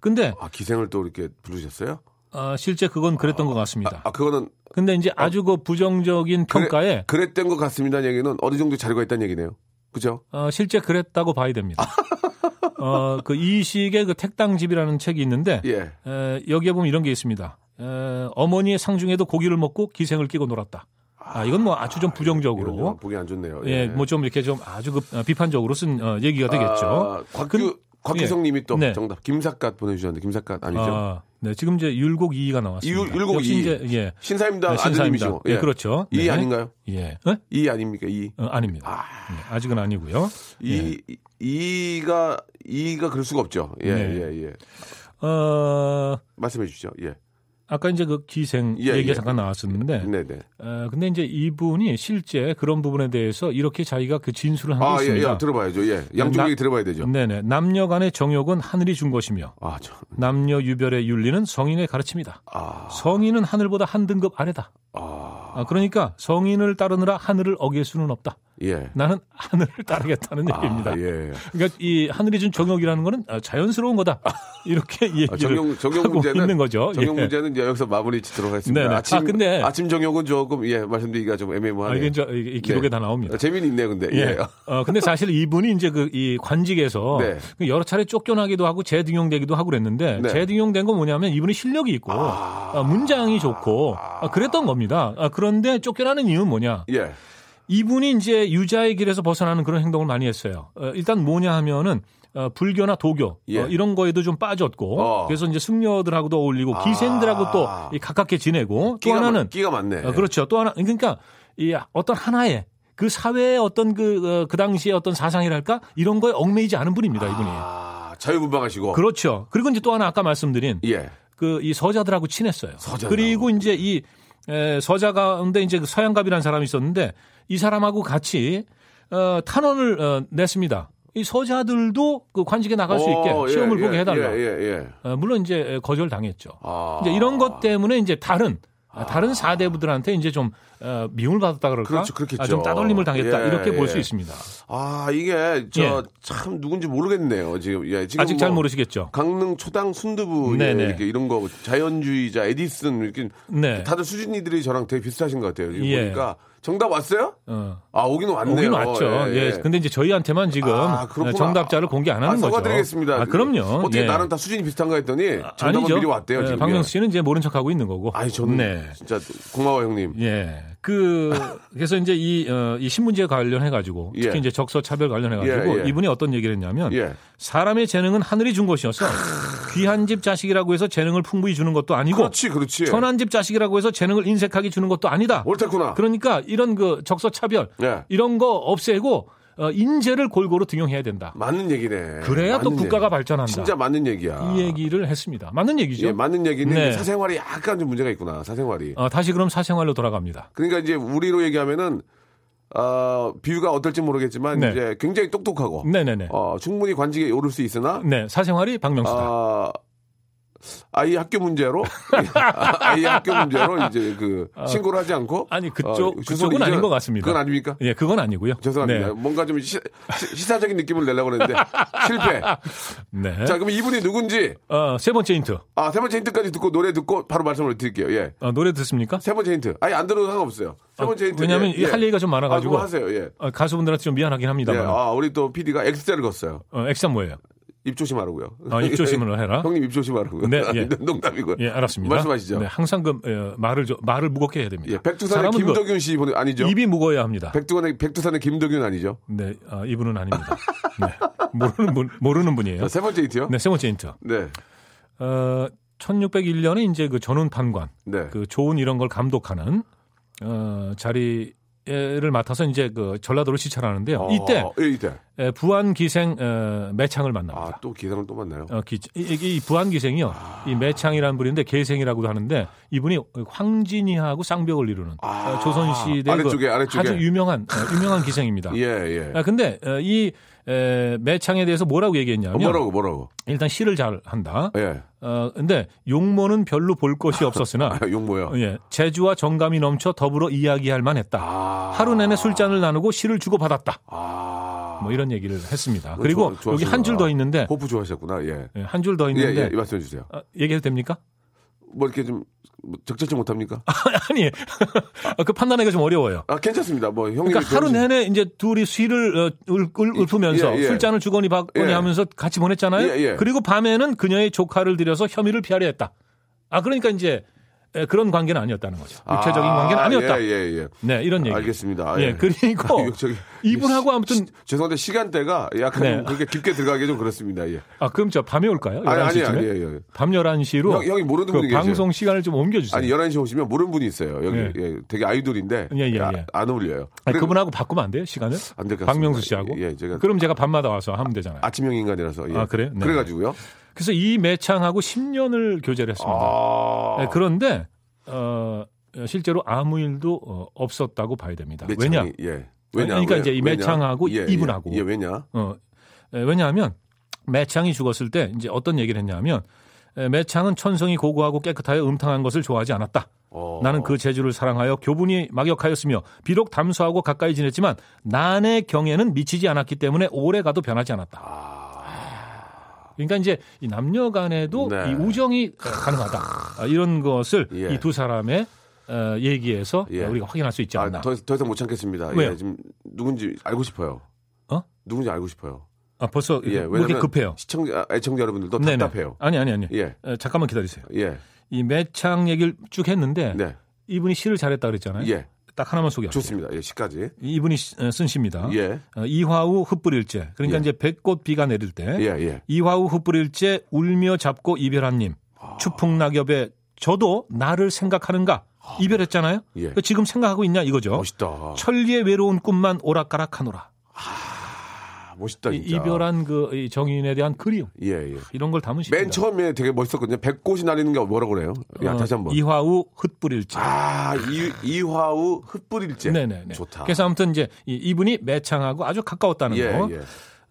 [SPEAKER 8] 근데
[SPEAKER 1] 아, 기생을 또 이렇게 부르셨어요?
[SPEAKER 8] 아, 실제 그건 그랬던 것 같습니다.
[SPEAKER 1] 아, 그거는
[SPEAKER 8] 근데 이제 아주 그 부정적인 평가에
[SPEAKER 1] 그랬던 것 같습니다는 얘기는 어느 정도 자료가 있다는 얘기네요. 그죠?
[SPEAKER 8] 어, 실제 그랬다고 봐야 됩니다. 어, 그 이식의 그 택당집이라는 책이 있는데
[SPEAKER 1] 예.
[SPEAKER 8] 에, 여기에 보면 이런 게 있습니다. 에, 어머니의 상중에도 고기를 먹고 기생을 끼고 놀았다. 아, 이건 뭐 아주 좀
[SPEAKER 1] 이런 영화
[SPEAKER 8] 부정적으로
[SPEAKER 1] 보기 안 좋네요.
[SPEAKER 8] 예, 뭐 좀 이렇게 좀 아주 그 어, 비판적으로 쓴 어, 얘기가 되겠죠.
[SPEAKER 1] 아, 곽규, 곽규성 님이 또
[SPEAKER 8] 네.
[SPEAKER 1] 정답. 김삿갓 보내주셨는데, 김삿갓 아니죠?
[SPEAKER 8] 아, 네, 지금 이제 율곡 2가 나왔습니다.
[SPEAKER 1] 율- 율곡
[SPEAKER 8] 역시
[SPEAKER 1] 2.
[SPEAKER 8] 이제, 예.
[SPEAKER 1] 신사임당
[SPEAKER 8] 네,
[SPEAKER 1] 아드님이시고.
[SPEAKER 8] 신사임당. 예, 그렇죠.
[SPEAKER 1] 이
[SPEAKER 8] 네.
[SPEAKER 1] 아닌가요?
[SPEAKER 8] 예. 어?
[SPEAKER 1] 이 아닙니까? 이.
[SPEAKER 8] 어, 아닙니다. 아... 직은 아니고요.
[SPEAKER 1] 이, 이- 이가, 이가 그럴 수가 없죠. 예,
[SPEAKER 8] 네.
[SPEAKER 1] 예, 예.
[SPEAKER 8] 어,
[SPEAKER 1] 말씀해 주시죠. 예.
[SPEAKER 8] 아까 이제 그 기생
[SPEAKER 1] 예,
[SPEAKER 8] 얘기가
[SPEAKER 1] 예.
[SPEAKER 8] 잠깐 나왔었는데
[SPEAKER 1] 네, 네.
[SPEAKER 8] 어, 근데 이제 이분이 실제 그런 부분에 대해서 이렇게 자기가 그 진술을 한 게
[SPEAKER 1] 아, 예,
[SPEAKER 8] 있습니다.
[SPEAKER 1] 예. 들어봐야죠. 예. 양쪽
[SPEAKER 8] 나- 음.
[SPEAKER 1] 얘기 들어봐야 되죠.
[SPEAKER 8] 네네. 남녀 간의 정욕은 하늘이 준 것이며
[SPEAKER 1] 아, 참.
[SPEAKER 8] 남녀 유별의 윤리는 성인의 가르침이다.
[SPEAKER 1] 아,
[SPEAKER 8] 성인은 하늘보다 한 등급 아래다.
[SPEAKER 1] 아,
[SPEAKER 8] 아, 그러니까 성인을 따르느라 하늘을 어길 수는 없다.
[SPEAKER 1] 예.
[SPEAKER 8] 나는 하늘을 따르겠다는 얘기입니다.
[SPEAKER 1] 아, 예.
[SPEAKER 8] 그러니까 이 하늘이 준 정욕이라는 거는 아, 자연스러운 거다. 이렇게 얘기를
[SPEAKER 1] 아, 정용 정용
[SPEAKER 8] 하고
[SPEAKER 1] 문제는
[SPEAKER 8] 있는 거죠.
[SPEAKER 1] 정용
[SPEAKER 8] 예.
[SPEAKER 1] 문제는 이제 여기서 마무리 짓도록 하겠습니다.
[SPEAKER 8] 네네. 아,
[SPEAKER 1] 아침
[SPEAKER 8] 근데-
[SPEAKER 1] 아침 정용은 조금 예 말씀드리기가 좀
[SPEAKER 8] 아,
[SPEAKER 1] 애매모하네요.
[SPEAKER 8] 이게 이제 이- 이 기록에
[SPEAKER 1] 네.
[SPEAKER 8] 다 나옵니다.
[SPEAKER 1] 아, 재미는 있네요, 근데
[SPEAKER 8] 예.
[SPEAKER 1] 예.
[SPEAKER 8] 어, 근데 사실 이분이 이제 그 이 관직에서
[SPEAKER 1] 네.
[SPEAKER 8] 그 여러 차례 쫓겨나기도 하고 재등용되기도 하고 그랬는데
[SPEAKER 1] 네.
[SPEAKER 8] 재등용된 건 뭐냐면 이분이 실력이 있고 어, 아, 문장이 좋고 아, 그랬던 겁니다. 아, 그런데 쫓겨나는 이유는 뭐냐?
[SPEAKER 1] 예.
[SPEAKER 8] 이분이 이제 유자의 길에서 벗어나는 그런 행동을 많이 했어요. 어, 일단 뭐냐 하면은 어, 불교나 도교
[SPEAKER 1] 예.
[SPEAKER 8] 어, 이런 거에도 좀 빠졌고
[SPEAKER 1] 어.
[SPEAKER 8] 그래서 이제 숙녀들하고도 어울리고
[SPEAKER 1] 아.
[SPEAKER 8] 기생들하고 또 이 가깝게 지내고 또
[SPEAKER 1] 끼가 뭐 많-
[SPEAKER 8] 하나는
[SPEAKER 1] 끼가 많네.
[SPEAKER 8] 어, 그렇죠. 또 하나 그러니까 이 어떤 하나의 그 사회의 어떤 그, 어, 그 당시의 어떤 사상이랄까 이런 거에 얽매이지 않은 분입니다 이분이.
[SPEAKER 1] 아, 자유분방하시고.
[SPEAKER 8] 그렇죠. 그리고 이제 또 하나 아까 말씀드린
[SPEAKER 1] 예.
[SPEAKER 8] 그 이 서자들하고 친했어요.
[SPEAKER 1] 서자들하고.
[SPEAKER 8] 그리고 이제 이 에, 서자 가운데 이제 그 서양갑이라는 사람이 있었는데 이 사람하고 같이 어, 탄원을 어, 냈습니다. 이 서자들도 그 관직에 나갈 수 있게
[SPEAKER 1] 어, 예,
[SPEAKER 8] 시험을
[SPEAKER 1] 예,
[SPEAKER 8] 보게 해달라.
[SPEAKER 1] 예, 예, 예.
[SPEAKER 8] 어, 물론 이제 거절당했죠.
[SPEAKER 1] 아.
[SPEAKER 8] 이제 이런 것 때문에 이제 다른 아, 다른 사대부들한테 이제 좀 어, 미움을 받았다 그럴까?
[SPEAKER 1] 그렇죠, 그렇겠죠.
[SPEAKER 8] 아, 좀 따돌림을 당했다
[SPEAKER 1] 예,
[SPEAKER 8] 이렇게 볼 수
[SPEAKER 1] 예.
[SPEAKER 8] 있습니다.
[SPEAKER 1] 아, 이게
[SPEAKER 8] 예.
[SPEAKER 1] 저 참 누군지 모르겠네요. 지금 예, 지금
[SPEAKER 8] 아직 잘
[SPEAKER 1] 뭐
[SPEAKER 8] 모르시겠죠.
[SPEAKER 1] 강릉 초당 순두부 예,
[SPEAKER 8] 네네.
[SPEAKER 1] 이렇게 이런 거 자연주의자 에디슨 이렇게
[SPEAKER 8] 네.
[SPEAKER 1] 다들 수준이들이 저랑 되게 비슷하신 것 같아요. 지금
[SPEAKER 8] 예.
[SPEAKER 1] 보니까 정답 왔어요?
[SPEAKER 8] 어.
[SPEAKER 1] 아, 오긴 왔네요.
[SPEAKER 8] 오긴 왔죠.
[SPEAKER 1] 예, 예.
[SPEAKER 8] 예. 근데 이제 저희한테만 지금 네,
[SPEAKER 1] 아, 그렇구나.
[SPEAKER 8] 정답자를 공개 안 하는
[SPEAKER 1] 아,
[SPEAKER 8] 거죠.
[SPEAKER 1] 사과드리겠습니다.
[SPEAKER 8] 아, 그럼요.
[SPEAKER 1] 어떻게
[SPEAKER 8] 예.
[SPEAKER 1] 나랑 다 수준이 비슷한가 했더니 정답은
[SPEAKER 8] 아니죠.
[SPEAKER 1] 미리 왔대요.
[SPEAKER 8] 예,
[SPEAKER 1] 지금. 예.
[SPEAKER 8] 박명수 씨는 이제 모른 척 하고 있는 거고.
[SPEAKER 1] 아니 저는
[SPEAKER 8] 네.
[SPEAKER 1] 진짜 고마워 형님.
[SPEAKER 8] 예. 그 그래서 이제 이, 어, 이 신문지에 관련해 가지고 특히
[SPEAKER 1] 예.
[SPEAKER 8] 이제 적서 차별 관련해 가지고
[SPEAKER 1] 예, 예.
[SPEAKER 8] 이분이 어떤 얘기를 했냐면
[SPEAKER 1] 예.
[SPEAKER 8] 사람의 재능은 하늘이 준 것이어서 귀한 집 자식이라고 해서 재능을 풍부히 주는 것도 아니고
[SPEAKER 1] 그렇지, 그렇지.
[SPEAKER 8] 천한 집 자식이라고 해서 재능을 인색하게 주는 것도 아니다.
[SPEAKER 1] 옳다구나.
[SPEAKER 8] 그러니까 이런 그 적서 차별
[SPEAKER 1] 예.
[SPEAKER 8] 이런 거 없애고 어, 인재를 골고루 등용해야 된다.
[SPEAKER 1] 맞는 얘기네.
[SPEAKER 8] 그래야 또
[SPEAKER 1] 맞는
[SPEAKER 8] 국가가
[SPEAKER 1] 얘기.
[SPEAKER 8] 발전한다.
[SPEAKER 1] 진짜 맞는 얘기야.
[SPEAKER 8] 이 얘기를 했습니다. 맞는 얘기죠.
[SPEAKER 1] 예, 맞는 얘기는
[SPEAKER 8] 네.
[SPEAKER 1] 사생활이 약간 좀 문제가 있구나. 사생활이.
[SPEAKER 8] 어, 다시 그럼 사생활로 돌아갑니다.
[SPEAKER 1] 그러니까 이제 우리로 얘기하면은 어, 비유가 어떨지 모르겠지만
[SPEAKER 8] 네.
[SPEAKER 1] 이제 굉장히 똑똑하고
[SPEAKER 8] 네네네.
[SPEAKER 1] 어, 충분히 관직에 오를 수 있으나
[SPEAKER 8] 네, 사생활이 박명수다.
[SPEAKER 1] 아, 아이 학교 문제로 아이 학교 문제로 이제 그 신고를 하지 않고 어,
[SPEAKER 8] 아, 아니, 그쪽-
[SPEAKER 1] 주소를
[SPEAKER 8] 그쪽은 아닌
[SPEAKER 1] 이전-
[SPEAKER 8] 것 같습니다.
[SPEAKER 1] 그건 아닙니까?
[SPEAKER 8] 예, 네. 그건 아니고요.
[SPEAKER 1] 죄송합니다. 뭔가 좀 시, 사적인 느낌을 내려고 그랬는데 실패.
[SPEAKER 8] 네. 네.
[SPEAKER 1] 자, 그럼 이분이 누군지
[SPEAKER 8] 어, 세 번째 힌트.
[SPEAKER 1] 아, 세 번째 힌트까지 듣고 노래 듣고 바로 말씀을 드릴게요. 예.
[SPEAKER 8] 어, 노래 듣습니까?
[SPEAKER 1] 세 번째 힌트. 아니, 안 들어도 상관없어요. 세
[SPEAKER 8] 아,
[SPEAKER 1] 번째 힌트.
[SPEAKER 8] 왜냐하면
[SPEAKER 1] 예,
[SPEAKER 8] 이할
[SPEAKER 1] 예.
[SPEAKER 8] 얘기가 좀 많아가지고.
[SPEAKER 1] 아, 그거 하세요. 예.
[SPEAKER 8] 어, 가수분들한테 좀 미안하긴
[SPEAKER 1] 예.
[SPEAKER 8] 합니다만.
[SPEAKER 1] 아, 우리 또 PD가 X자를 걷어요.
[SPEAKER 8] 어, 액션 뭐예요?
[SPEAKER 1] 입 조심하라고요.
[SPEAKER 8] 아, 입 조심을 해라.
[SPEAKER 1] 형님 입 조심하라고요.
[SPEAKER 8] 네, 예.
[SPEAKER 1] 농담이고요.
[SPEAKER 8] 예, 알았습니다.
[SPEAKER 1] 말씀하시죠.
[SPEAKER 8] 네, 항상 그 어, 말을 저- 말을 무겁게 해야 됩니다.
[SPEAKER 1] 예, 백두산의
[SPEAKER 8] 사람은 그
[SPEAKER 1] 김덕윤 씨 보내 아니죠?
[SPEAKER 8] 입이 무거워야 합니다.
[SPEAKER 1] 백두산의 백두산의 김덕윤 아니죠?
[SPEAKER 8] 네, 아, 이분은 아닙니다. 네, 모르는 분 모르는 분이에요.
[SPEAKER 1] 자, 세 번째 힌트요?
[SPEAKER 8] 네, 세 번째 힌트.
[SPEAKER 1] 네.
[SPEAKER 8] 어, 1601년에 이제 그 전운 판관
[SPEAKER 1] 네.
[SPEAKER 8] 그 좋은 이런 걸 감독하는 어, 자리를 맡아서 이제 그 전라도를 시찰하는데요.
[SPEAKER 1] 어,
[SPEAKER 8] 이때
[SPEAKER 1] 예, 이때.
[SPEAKER 8] 에, 부안 기생 어, 매창을
[SPEAKER 1] 아, 아.
[SPEAKER 8] 만납니다.
[SPEAKER 1] 또 기사랑 또 만나요.
[SPEAKER 8] 어, 기, 이, 이- 이 부안 기생이요. 이 매창이라는 분인데 계생이라고도 하는데 이분이 황진이하고 쌍벽을 이루는
[SPEAKER 1] 아,
[SPEAKER 8] 어, 조선 시대
[SPEAKER 1] 아래쪽에, 아래쪽에.
[SPEAKER 8] 아주 유명한 어, 유명한 기생입니다.
[SPEAKER 1] 예, 예.
[SPEAKER 8] 아, 근데 어, 이 에, 매창에 대해서 뭐라고
[SPEAKER 1] 어,
[SPEAKER 8] 얘기했냐면
[SPEAKER 1] 뭐라고 뭐라고?
[SPEAKER 8] 일단 시를 잘 한다.
[SPEAKER 1] 예.
[SPEAKER 8] 어, 근데 용모는 별로 볼 것이 없었으나
[SPEAKER 1] 아, 욕 뭐야?
[SPEAKER 8] 예, 재주와 정감이 넘쳐 더불어 이야기할 만했다.
[SPEAKER 1] 아.
[SPEAKER 8] 하루 내내 술잔을 나누고 시를 주고 받았다.
[SPEAKER 1] 아.
[SPEAKER 8] 뭐 이런 얘기를 했습니다. 그리고
[SPEAKER 1] 좋아-
[SPEAKER 8] 여기
[SPEAKER 1] 좋았어요.
[SPEAKER 8] 한 줄 더 있는데
[SPEAKER 1] 호프 좋아하셨구나. 예.
[SPEAKER 8] 한 줄 더
[SPEAKER 1] 예,
[SPEAKER 8] 네. 있는데
[SPEAKER 1] 예, 말씀해 주세요.
[SPEAKER 8] 아, 얘기해도 됩니까?
[SPEAKER 1] 뭐 이렇게 좀뭐 적절치 못합니까?
[SPEAKER 8] 아니 아, 그 판단하기가 좀 어려워요.
[SPEAKER 1] 아, 괜찮습니다. 뭐 형님
[SPEAKER 8] 그러니까 하루 내내 이제 둘이 시를 어, 읊- 읊- 읊으면서
[SPEAKER 1] 예, 예.
[SPEAKER 8] 술잔을 주거니 받거니
[SPEAKER 1] 예.
[SPEAKER 8] 하면서 같이 보냈잖아요.
[SPEAKER 1] 예, 예.
[SPEAKER 8] 그리고 밤에는 그녀의 조카를 들여서 혐의를 피하려 했다. 아 그러니까 이제 에, 그런 관계는 아니었다는 거죠. 육체적인 관계는 아니었다.
[SPEAKER 1] 예, 예, 예.
[SPEAKER 8] 네 이런 얘기.
[SPEAKER 1] 알겠습니다. 아,
[SPEAKER 8] 예, 그리고
[SPEAKER 1] 아, 저기-
[SPEAKER 8] 이분하고 아무튼
[SPEAKER 1] 죄송한데 시간대가 약간
[SPEAKER 8] 네.
[SPEAKER 1] 좀 그렇게 깊게 들어가기 좀 그렇습니다. 예.
[SPEAKER 8] 아 그럼 저 밤에 올까요?
[SPEAKER 1] 아니, 아니, 예,
[SPEAKER 8] 11시쯤에?
[SPEAKER 1] 아니, 아니, 아니.
[SPEAKER 8] 밤 11시로
[SPEAKER 1] 형- 형이 모르는
[SPEAKER 8] 그
[SPEAKER 1] 분이 계세요.
[SPEAKER 8] 방송 시간을 좀 옮겨 주세요.
[SPEAKER 1] 아니 11시 오시면 모르는 분이 있어요. 여기
[SPEAKER 8] 예.
[SPEAKER 1] 예, 되게 아이돌인데
[SPEAKER 8] 예, 예,
[SPEAKER 1] 아,
[SPEAKER 8] 예.
[SPEAKER 1] 안 어울려요.
[SPEAKER 8] 아니,
[SPEAKER 1] 그래-
[SPEAKER 8] 그분하고 바꾸면 안 돼요? 시간을?
[SPEAKER 1] 안될것 같습니다.
[SPEAKER 8] 박명수 씨하고?
[SPEAKER 1] 예, 제가-
[SPEAKER 8] 그럼 제가 밤마다 와서 하면 되잖아요.
[SPEAKER 1] 아침형 인간이라서 예.
[SPEAKER 8] 아, 그래요? 네.
[SPEAKER 1] 그래가지고요.
[SPEAKER 8] 그래서 이 매창하고 10년을 교제를 했습니다.
[SPEAKER 1] 아,
[SPEAKER 8] 네, 그런데 어, 실제로 아무 일도 어, 없었다고 봐야 됩니다.
[SPEAKER 1] 매창이-
[SPEAKER 8] 왜냐?
[SPEAKER 1] 예. 왜냐?
[SPEAKER 8] 그러니까
[SPEAKER 1] 왜-
[SPEAKER 8] 이제 이
[SPEAKER 1] 왜냐?
[SPEAKER 8] 매창하고
[SPEAKER 1] 예, 예.
[SPEAKER 8] 이분하고.
[SPEAKER 1] 예, 왜냐?
[SPEAKER 8] 어, 에, 왜냐하면 매창이 죽었을 때 이제 어떤 얘기를 했냐면 에, 매창은 천성이 고고하고 깨끗하여 음탕한 것을 좋아하지 않았다.
[SPEAKER 1] 어.
[SPEAKER 8] 나는 그 재주를 사랑하여 교분이 막역하였으며 비록 담수하고 가까이 지냈지만 난의 경에는 미치지 않았기 때문에 오래 가도 변하지 않았다. 그러니까 이제 이 남녀 간에도
[SPEAKER 1] 아. 네.
[SPEAKER 8] 이 우정이 가능하다. 아, 이런 것을
[SPEAKER 1] 예.
[SPEAKER 8] 이 두 사람의 어, 얘기에서
[SPEAKER 1] 예.
[SPEAKER 8] 우리가 확인할 수 있지
[SPEAKER 1] 아,
[SPEAKER 8] 않나.
[SPEAKER 1] 더, 더 이상 못 참겠습니다.
[SPEAKER 8] 왜요?
[SPEAKER 1] 예, 지금 누군지 알고 싶어요.
[SPEAKER 8] 어?
[SPEAKER 1] 누군지 알고 싶어요.
[SPEAKER 8] 아, 벌써
[SPEAKER 1] 예,
[SPEAKER 8] 목이
[SPEAKER 1] 왜냐면
[SPEAKER 8] 급해요.
[SPEAKER 1] 시청자, 애청자 여러분들도
[SPEAKER 8] 네네.
[SPEAKER 1] 답답해요.
[SPEAKER 8] 아니 아니 아니.
[SPEAKER 1] 예,
[SPEAKER 8] 어, 잠깐만 기다리세요.
[SPEAKER 1] 예,
[SPEAKER 8] 이 매창 얘기를 쭉 했는데
[SPEAKER 1] 네,
[SPEAKER 8] 이분이 시를 잘했다 그랬잖아요.
[SPEAKER 1] 예.
[SPEAKER 8] 딱 하나만 소개할게요.
[SPEAKER 1] 좋습니다. 예, 시까지.
[SPEAKER 8] 이분이 시- 어, 쓴 시입니다.
[SPEAKER 1] 예.
[SPEAKER 8] 어, 이화우 흩뿌릴째. 그러니까
[SPEAKER 1] 예.
[SPEAKER 8] 이제 백꽃 비가 내릴 때
[SPEAKER 1] 예, 예.
[SPEAKER 8] 이화우 흩뿌릴째 울며 잡고 이별한님
[SPEAKER 1] 아.
[SPEAKER 8] 추풍 낙엽에 저도 나를 생각하는가 이별했잖아요.
[SPEAKER 1] 예.
[SPEAKER 8] 그러니까 지금 생각하고 있냐 이거죠.
[SPEAKER 1] 멋있다.
[SPEAKER 8] 천리의 외로운 꿈만 오락가락하노라.
[SPEAKER 1] 아, 멋있다,
[SPEAKER 8] 이-
[SPEAKER 1] 진짜.
[SPEAKER 8] 이별한 그이 정인에 대한 그리움
[SPEAKER 1] 예, 예.
[SPEAKER 8] 이런 걸 담으십니다.
[SPEAKER 1] 맨 처음에 되게 멋있었거든요. 백꽃이 날리는 게 뭐라고 그래요? 야,
[SPEAKER 8] 어,
[SPEAKER 1] 다시 한 번.
[SPEAKER 8] 이화우 흩뿌릴째.
[SPEAKER 1] 아, 이, 이화우 흩뿌릴제.
[SPEAKER 8] 네네네.
[SPEAKER 1] 좋다.
[SPEAKER 8] 그래서 아무튼 이제 이- 이분이 매창하고 아주 가까웠다는
[SPEAKER 1] 예,
[SPEAKER 8] 거.
[SPEAKER 1] 예.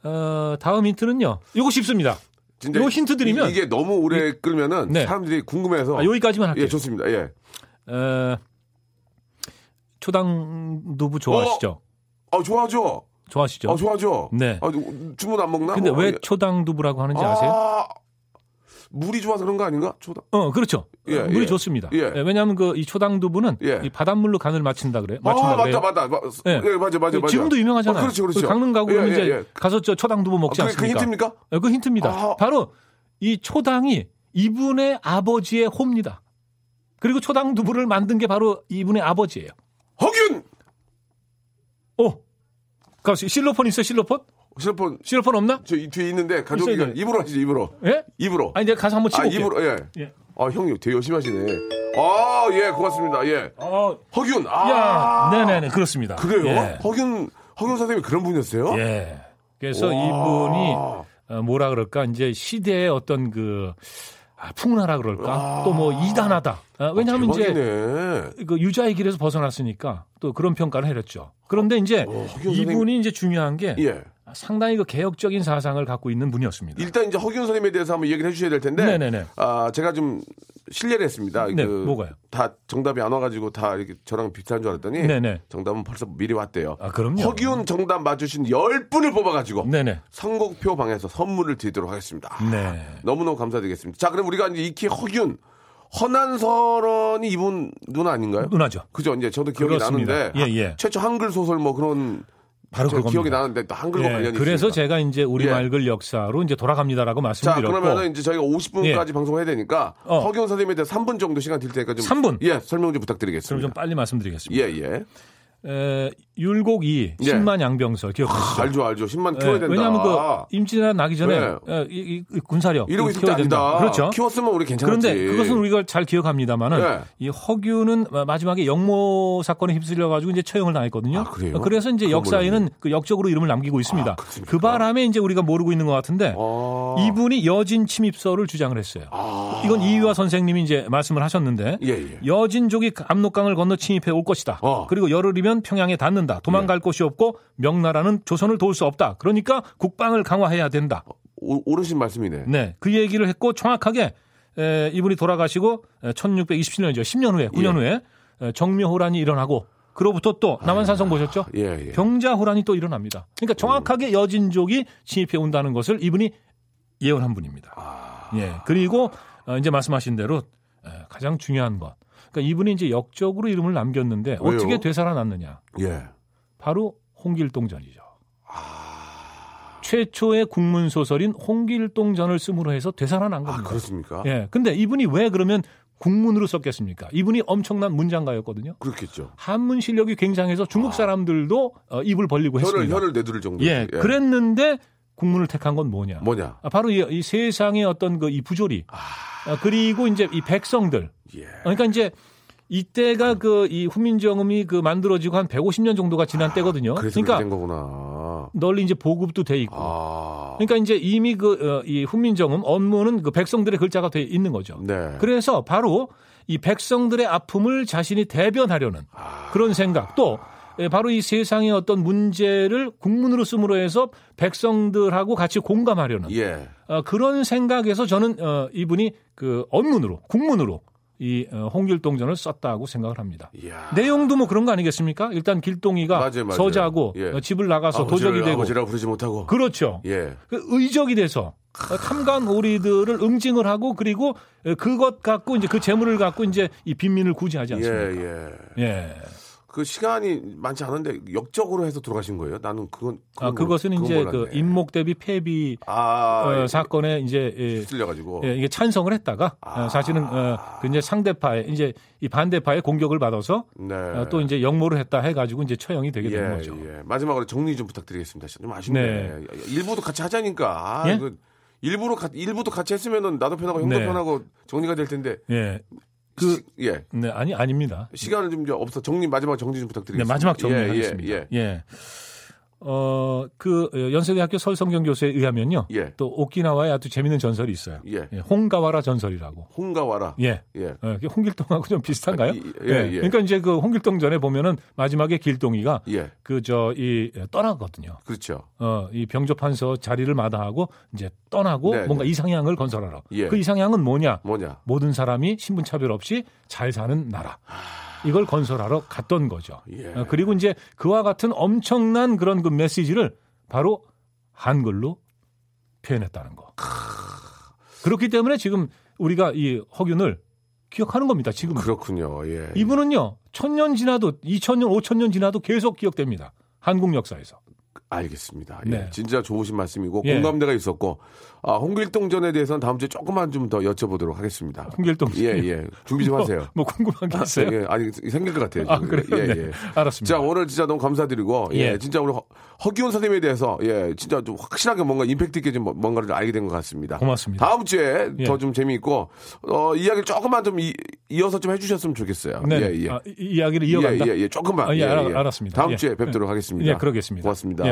[SPEAKER 8] 어, 다음 힌트는요. 요거 쉽습니다.
[SPEAKER 1] 근데
[SPEAKER 8] 요 힌트 드리면
[SPEAKER 1] 이- 이게 너무 오래 끌면은
[SPEAKER 8] 네.
[SPEAKER 1] 사람들이 궁금해서
[SPEAKER 8] 아, 여기까지만 할게요.
[SPEAKER 1] 예, 좋습니다. 예.
[SPEAKER 8] 어, 초당 두부 좋아하시죠?
[SPEAKER 1] 어, 좋아하죠.
[SPEAKER 8] 좋아하시죠?
[SPEAKER 1] 어, 좋아하죠.
[SPEAKER 8] 네.
[SPEAKER 1] 아, 누- 주문 안 먹나?
[SPEAKER 8] 근데
[SPEAKER 1] 뭐,
[SPEAKER 8] 왜
[SPEAKER 1] 예.
[SPEAKER 8] 초당 두부라고 하는지 아세요?
[SPEAKER 1] 아, 물이 좋아서 그런 거 아닌가? 초다.
[SPEAKER 8] 어, 그렇죠.
[SPEAKER 1] 예,
[SPEAKER 8] 물이
[SPEAKER 1] 예.
[SPEAKER 8] 좋습니다.
[SPEAKER 1] 예.
[SPEAKER 8] 예, 왜냐하면 그 이 초당 두부는
[SPEAKER 1] 예.
[SPEAKER 8] 이 바닷물로 간을 맞춘다 그래.
[SPEAKER 1] 아,
[SPEAKER 8] 맞춘다 그래요.
[SPEAKER 1] 맞다, 맞다. 맞,
[SPEAKER 8] 예.
[SPEAKER 1] 예. 맞아, 맞아, 맞아.
[SPEAKER 8] 지금도 유명하잖아요.
[SPEAKER 1] 아, 그렇죠, 그렇죠.
[SPEAKER 8] 강릉 가고 그러면
[SPEAKER 1] 예,
[SPEAKER 8] 이제
[SPEAKER 1] 예, 예.
[SPEAKER 8] 가서 저 초당 두부 먹지
[SPEAKER 1] 아, 그게 그
[SPEAKER 8] 않습니까?
[SPEAKER 1] 힌트입니까?
[SPEAKER 8] 예, 그 힌트입니다.
[SPEAKER 1] 아.
[SPEAKER 8] 바로 이 초당이 이분의 아버지의 호입니다. 그리고 초당 두부를 만든 게 바로 이분의 아버지예요.
[SPEAKER 1] 허균!
[SPEAKER 8] 오, 그 실로폰 있어 요 실로폰?
[SPEAKER 1] 실폰,
[SPEAKER 8] 실로폰 없나?
[SPEAKER 1] 저 이 뒤에 있는데, 가족이
[SPEAKER 8] 있어요, 있어요.
[SPEAKER 1] 입으로 하시죠, 입으로.
[SPEAKER 8] 예?
[SPEAKER 1] 입으로.
[SPEAKER 8] 아 이제 가서 한번
[SPEAKER 1] 아,
[SPEAKER 8] 치고 올게요.
[SPEAKER 1] 입으로, 예.
[SPEAKER 8] 예.
[SPEAKER 1] 아, 형님 되게 열심히 하시네. 아, 예, 고맙습니다. 예.
[SPEAKER 8] 어,
[SPEAKER 1] 허균,
[SPEAKER 8] 야,
[SPEAKER 1] 아.
[SPEAKER 8] 네네네 그렇습니다.
[SPEAKER 1] 그래요?
[SPEAKER 8] 예.
[SPEAKER 1] 허균, 허균 선생님이 그런 분이었어요?
[SPEAKER 8] 예. 그래서
[SPEAKER 1] 와.
[SPEAKER 8] 이분이 어, 뭐라 그럴까 이제 시대의 어떤 그 아, 풍나라 그럴까
[SPEAKER 1] 와. 어,
[SPEAKER 8] 또 뭐 이단하다. 아, 왜냐하면 이제
[SPEAKER 1] 대박이네.
[SPEAKER 8] 그 유자의 길에서 벗어났으니까 또 그런 평가를 해렸죠. 그런데 이제
[SPEAKER 1] 어, 허균
[SPEAKER 8] 이분이 이제 중요한 게
[SPEAKER 1] 예.
[SPEAKER 8] 상당히 그 개혁적인 사상을 갖고 있는 분이었습니다.
[SPEAKER 1] 일단 이제 허균 선생님에 대해서 한번 얘기를 해주셔야 될 텐데.
[SPEAKER 8] 네네네.
[SPEAKER 1] 아 제가 좀 실례를 했습니다. 그
[SPEAKER 8] 네, 뭐가요?
[SPEAKER 1] 다 정답이 안 와가지고 다 이렇게 저랑 비슷한 줄 알았더니.
[SPEAKER 8] 네네.
[SPEAKER 1] 정답은 벌써 미리 왔대요.
[SPEAKER 8] 아, 그럼요.
[SPEAKER 1] 허균 정답 맞추신 10분을 뽑아가지고.
[SPEAKER 8] 네네.
[SPEAKER 1] 선곡표 방에서 선물을 드리도록 하겠습니다.
[SPEAKER 8] 네.
[SPEAKER 1] 너무너무 감사드리겠습니다. 자, 그럼 우리가 이제 익히 허균, 허난설언이 이분 누나 아닌가요?
[SPEAKER 8] 누나죠.
[SPEAKER 1] 그죠? 이제 저도 기억이
[SPEAKER 8] 그렇습니다.
[SPEAKER 1] 나는데.
[SPEAKER 8] 예, 예.
[SPEAKER 1] 최초 한글 소설 뭐 그런.
[SPEAKER 8] 바로
[SPEAKER 1] 저
[SPEAKER 8] 그겁니다.
[SPEAKER 1] 기억이 나는데 또 한글과
[SPEAKER 8] 예,
[SPEAKER 1] 관련이
[SPEAKER 8] 그래서
[SPEAKER 1] 있습니다.
[SPEAKER 8] 제가 이제 우리
[SPEAKER 1] 예.
[SPEAKER 8] 말글 역사로 이제 돌아갑니다라고
[SPEAKER 1] 자,
[SPEAKER 8] 말씀드렸고
[SPEAKER 1] 그러면은 이제 저희가 50분까지 방송해야 되니까
[SPEAKER 8] 예. 어.
[SPEAKER 1] 허경 선생님에 대해 3분 정도 시간 드릴 테니까 좀
[SPEAKER 8] 3분?
[SPEAKER 1] 예, 설명 좀
[SPEAKER 8] 그럼
[SPEAKER 1] 부탁드리겠습니다.
[SPEAKER 8] 좀 빨리 말씀드리겠습니다.
[SPEAKER 1] 예, 예.
[SPEAKER 8] 에, 율곡이
[SPEAKER 1] 예.
[SPEAKER 8] 10만 양병설 기억하시죠?
[SPEAKER 1] 알죠, 알죠. 10만
[SPEAKER 8] 예,
[SPEAKER 1] 키워야 된다.
[SPEAKER 8] 왜냐하면 그 임진왜란 나기 전에
[SPEAKER 1] 네.
[SPEAKER 8] 예, 이, 이- 이 군사력
[SPEAKER 1] 이러고
[SPEAKER 8] 이거
[SPEAKER 1] 있을 때
[SPEAKER 8] 키워야 된다.
[SPEAKER 1] 아니다.
[SPEAKER 8] 그렇죠.
[SPEAKER 1] 키웠으면 우리 괜찮았지.
[SPEAKER 8] 그런데 그것은 우리가 잘 기억합니다만은
[SPEAKER 1] 네.
[SPEAKER 8] 이 허균은 마지막에 영모 사건에 휩쓸려 가지고 이제 처형을 당했거든요.
[SPEAKER 1] 아, 그래요?
[SPEAKER 8] 래서 이제
[SPEAKER 1] 그건
[SPEAKER 8] 역사에는 그 역적으로 이름을 남기고 있습니다. 그 바람에 이제 우리가 모르고 있는 것 같은데
[SPEAKER 1] 아.
[SPEAKER 8] 이분이 여진 침입설을 주장을 했어요. 이건 이유아 선생님이 이제 말씀을 하셨는데
[SPEAKER 1] 예, 예.
[SPEAKER 8] 여진족이 압록강을 건너 침입해 올 것이다.
[SPEAKER 1] 어. 예.
[SPEAKER 8] 그리고 열흘이면 평양에 닿는다. 도망갈 곳이 없고 명나라는 조선을 도울 수 없다. 그러니까 국방을 강화해야 된다.
[SPEAKER 1] 오- 오르신 말씀이네.
[SPEAKER 8] 네, 그 얘기를 했고 정확하게 에, 이분이 돌아가시고 1627년이죠. 10년 후에,
[SPEAKER 1] 예.
[SPEAKER 8] 9년 후에 에, 정묘호란이 일어나고 그로부터 또 남한산성 보셨죠?
[SPEAKER 1] 예, 예.
[SPEAKER 8] 아, 병자호란이 또 일어납니다. 그러니까 정확하게 여진족이 침입해 온다는 것을 이분이 예언한 분입니다.
[SPEAKER 1] 아,
[SPEAKER 8] 예, 그리고 어, 이제 말씀하신 대로 에, 가장 중요한 것. 그러니까 이분이 이제 역적으로 이름을 남겼는데
[SPEAKER 1] 왜요?
[SPEAKER 8] 어떻게 되살아났느냐?
[SPEAKER 1] 예.
[SPEAKER 8] 바로 홍길동전이죠.
[SPEAKER 1] 아.
[SPEAKER 8] 최초의 국문 소설인 홍길동전을 쓰므로 해서 되살아난
[SPEAKER 1] 아,
[SPEAKER 8] 겁니다.
[SPEAKER 1] 그렇습니까?
[SPEAKER 8] 예. 근데 이분이 왜 그러면 국문으로 썼겠습니까? 이분이 엄청난 문장가였거든요.
[SPEAKER 1] 그렇겠죠.
[SPEAKER 8] 한문 실력이 굉장해서 중국 사람들도 어, 입을 벌리고
[SPEAKER 1] 아. 혀를
[SPEAKER 8] 했습니다.
[SPEAKER 1] 혀를 내두를 정도.
[SPEAKER 8] 예, 그랬는데 국문을 택한 건 뭐냐?
[SPEAKER 1] 뭐냐?
[SPEAKER 8] 아, 바로 이, 이 세상의 어떤 그 이 부조리. 아, 그리고 이제 이 백성들.
[SPEAKER 1] 예.
[SPEAKER 8] 그러니까 이제 이때가 그 이 훈민정음이 그 만들어지고 한 150년 정도가 지난 때거든요.
[SPEAKER 1] 아, 그래서 그렇게
[SPEAKER 8] 그러니까
[SPEAKER 1] 된 거구나.
[SPEAKER 8] 널리 이제 보급도 돼 있고.
[SPEAKER 1] 아.
[SPEAKER 8] 그러니까 이제 이미 그 이 훈민정음 업무는 그 백성들의 글자가 돼 있는 거죠.
[SPEAKER 1] 네.
[SPEAKER 8] 그러니까 그래서 바로 이 백성들의 아픔을 자신이 대변하려는
[SPEAKER 1] 아.
[SPEAKER 8] 그런 생각 또 예, 바로 이 세상의 어떤 문제를 국문으로 쓰므로 해서 백성들하고 같이 공감하려는
[SPEAKER 1] 예.
[SPEAKER 8] 어, 그런 생각에서 저는 어, 이분이 그 언문으로 국문으로 이 어, 홍길동전을 썼다고 생각을 합니다.
[SPEAKER 1] 이야.
[SPEAKER 8] 내용도 뭐 그런 거 아니겠습니까? 일단 길동이가
[SPEAKER 1] 예. 맞아요, 맞아요.
[SPEAKER 8] 서자고
[SPEAKER 1] 예.
[SPEAKER 8] 어, 집을 나가서
[SPEAKER 1] 아버지를
[SPEAKER 8] 도적이 되고
[SPEAKER 1] 아버지라고 부르지 못하고.
[SPEAKER 8] 그렇죠.
[SPEAKER 1] 예.
[SPEAKER 8] 그 의적이 돼서 탐관 오리들을 응징을 하고 그리고 그것 갖고 이제 그 재물을 갖고 이제 이 빈민을 구제하지
[SPEAKER 1] 예,
[SPEAKER 8] 않습니까?
[SPEAKER 1] 예.
[SPEAKER 8] 예.
[SPEAKER 1] 그 시간이 많지 않은데 역적으로 해서 들어가신 거예요? 나는 그건, 그건
[SPEAKER 8] 아,
[SPEAKER 1] 몰-
[SPEAKER 8] 그것은
[SPEAKER 1] 그건
[SPEAKER 8] 이제 그
[SPEAKER 1] 몰랐네.
[SPEAKER 8] 임목 대비 폐비
[SPEAKER 1] 아,
[SPEAKER 8] 어,
[SPEAKER 1] 예.
[SPEAKER 8] 사건에 이제 예,
[SPEAKER 1] 찔려가지고
[SPEAKER 8] 예, 이게 찬성을 했다가
[SPEAKER 1] 아.
[SPEAKER 8] 어, 사실은 어, 그 이제 상대파의 이제 이 반대파의 공격을 받아서
[SPEAKER 1] 네.
[SPEAKER 8] 어, 또 이제 역모를 했다 해가지고 이제 처형이 되게 된 거죠.
[SPEAKER 1] 예. 마지막으로 정리 좀 부탁드리겠습니다. 좀 아쉽네. 일부도 같이 하자니까. 아,
[SPEAKER 8] 예?
[SPEAKER 1] 이거 일부로 가, 일부도 같이 했으면은 나도 편하고 형도
[SPEAKER 8] 네.
[SPEAKER 1] 편하고 정리가 될 텐데.
[SPEAKER 8] 예,
[SPEAKER 1] 그
[SPEAKER 8] 그-
[SPEAKER 1] 예.
[SPEAKER 8] 네 아니 아닙니다.
[SPEAKER 1] 시간을 좀 이제 없어 정리 마지막 정리 좀
[SPEAKER 8] 네,
[SPEAKER 1] 부탁드리겠습니다.
[SPEAKER 8] 마지막
[SPEAKER 1] 예,
[SPEAKER 8] 정리하겠습니다. 예,
[SPEAKER 1] 예,
[SPEAKER 8] 어, 그 어, 연세대학교 설성경 교수에 의하면요.
[SPEAKER 1] 예.
[SPEAKER 8] 또 오키나와에 아주 재밌는 전설이 있어요.
[SPEAKER 1] 예.
[SPEAKER 8] 홍가와라 전설이라고.
[SPEAKER 1] 홍가와라.
[SPEAKER 8] 예.
[SPEAKER 1] 예.
[SPEAKER 8] 어, 이게 홍길동하고 좀 비슷한가요?
[SPEAKER 1] 아, 이- 예, 예.
[SPEAKER 8] 그러니까 이제 그 홍길동 전에 보면은 마지막에 길동이가
[SPEAKER 1] 예.
[SPEAKER 8] 그 저 이 떠나거든요.
[SPEAKER 1] 그렇죠.
[SPEAKER 8] 어, 이 병조판서 자리를 마다하고 이제 떠나고
[SPEAKER 1] 네,
[SPEAKER 8] 뭔가
[SPEAKER 1] 네.
[SPEAKER 8] 이상향을 건설하러.
[SPEAKER 1] 예.
[SPEAKER 8] 그 이상향은 뭐냐?
[SPEAKER 1] 뭐냐?
[SPEAKER 8] 모든 사람이 신분 차별 없이 잘 사는 나라. 이걸 건설하러 갔던 거죠.
[SPEAKER 1] 아. 예.
[SPEAKER 8] 어, 그리고 이제 그와 같은 엄청난 그런 그 메시지를 바로 한글로 표현했다는 거. 그렇기 때문에 지금 우리가 이 허균을 기억하는 겁니다. 지금
[SPEAKER 1] 그렇군요. 예.
[SPEAKER 8] 이분은요 천년 지나도 2천년 5천년 지나도 계속 기억됩니다. 한국 역사에서.
[SPEAKER 1] 알겠습니다. 예.
[SPEAKER 8] 네.
[SPEAKER 1] 진짜 좋으신 말씀이고
[SPEAKER 8] 예.
[SPEAKER 1] 공감대가 있었고 아, 홍길동 전에 대해서는 다음 주에 조금만 좀 더 여쭤보도록 하겠습니다.
[SPEAKER 8] 홍길동 씨.
[SPEAKER 1] 예, 예. 준비 좀 하세요.
[SPEAKER 8] 뭐, 뭐 궁금한 게 있어요?
[SPEAKER 1] 예, 아니 생길 것 같아요.
[SPEAKER 8] 아,
[SPEAKER 1] 지금.
[SPEAKER 8] 그래요?
[SPEAKER 1] 예,
[SPEAKER 8] 네.
[SPEAKER 1] 예.
[SPEAKER 8] 알았습니다.
[SPEAKER 1] 자 오늘 진짜 너무 감사드리고 예,
[SPEAKER 8] 예.
[SPEAKER 1] 진짜 우리 허- 허기훈 선생님에 대해서 예 진짜 좀 확실하게 뭔가 임팩트 있게 좀 뭔가를 알게 된 것 같습니다.
[SPEAKER 8] 고맙습니다.
[SPEAKER 1] 다음 주에
[SPEAKER 8] 예.
[SPEAKER 1] 더 좀 재미있고 어 이야기를 조금만 좀 이, 어서좀 해주셨으면 좋겠어요.
[SPEAKER 8] 네.
[SPEAKER 1] 예, 예.
[SPEAKER 8] 아, 이- 이야기를 이어간다.
[SPEAKER 1] 예, 예, 예. 조금만.
[SPEAKER 8] 아, 예,
[SPEAKER 1] 예,
[SPEAKER 8] 알아-
[SPEAKER 1] 예.
[SPEAKER 8] 알았습니다.
[SPEAKER 1] 다음
[SPEAKER 8] 예.
[SPEAKER 1] 주에 뵙도록 하겠습니다.
[SPEAKER 8] 예, 그러겠습니다.
[SPEAKER 1] 고맙습니다.
[SPEAKER 8] 예,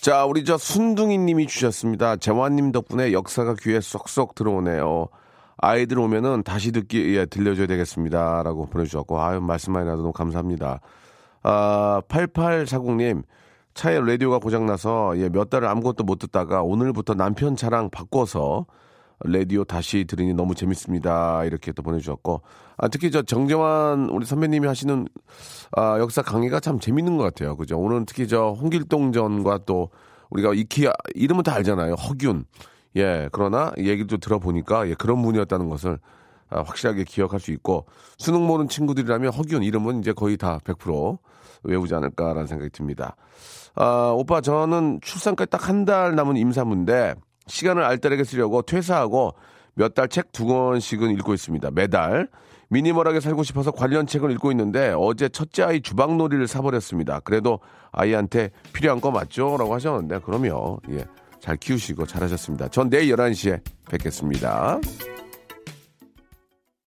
[SPEAKER 1] 자, 우리 저 순둥이 님이 주셨습니다. 재환 님 덕분에 역사가 귀에 쏙쏙 들어오네요. 아이들 오면은 다시 듣기 예, 들려줘야 되겠습니다. 라고 보내주셨고, 아유, 말씀만이라도 너무 감사합니다. 아, 8840님, 차에 라디오가 고장나서 예, 몇 달을 아무것도 못 듣다가 오늘부터 남편 차랑 바꿔서 라디오 다시 들으니 너무 재밌습니다. 이렇게 또 보내주셨고, 아, 특히 저 정재환 우리 선배님이 하시는 아, 역사 강의가 참 재밌는 것 같아요. 그죠? 오늘은 특히 저 홍길동전과 또 우리가 익히 아- 이름은 다 알잖아요. 허균. 예, 그러나 얘기를 또 들어보니까 예, 그런 분이었다는 것을 아, 확실하게 기억할 수 있고 수능 보는 친구들이라면 허균 이름은 이제 거의 다 100% 외우지 않을까라는 생각이 듭니다. 아, 오빠 저는 출산까지 딱 한 달 남은 임산부인데 시간을 알뜰하게 쓰려고 퇴사하고 몇 달 책 두 권씩은 읽고 있습니다. 매달 미니멀하게 살고 싶어서 관련 책을 읽고 있는데 어제 첫째 아이 주방놀이를 사버렸습니다. 그래도 아이한테 필요한 거 맞죠? 라고 하셨는데 그럼요. 예. 잘 키우시고 잘하셨습니다. 전 내일 11시에 뵙겠습니다.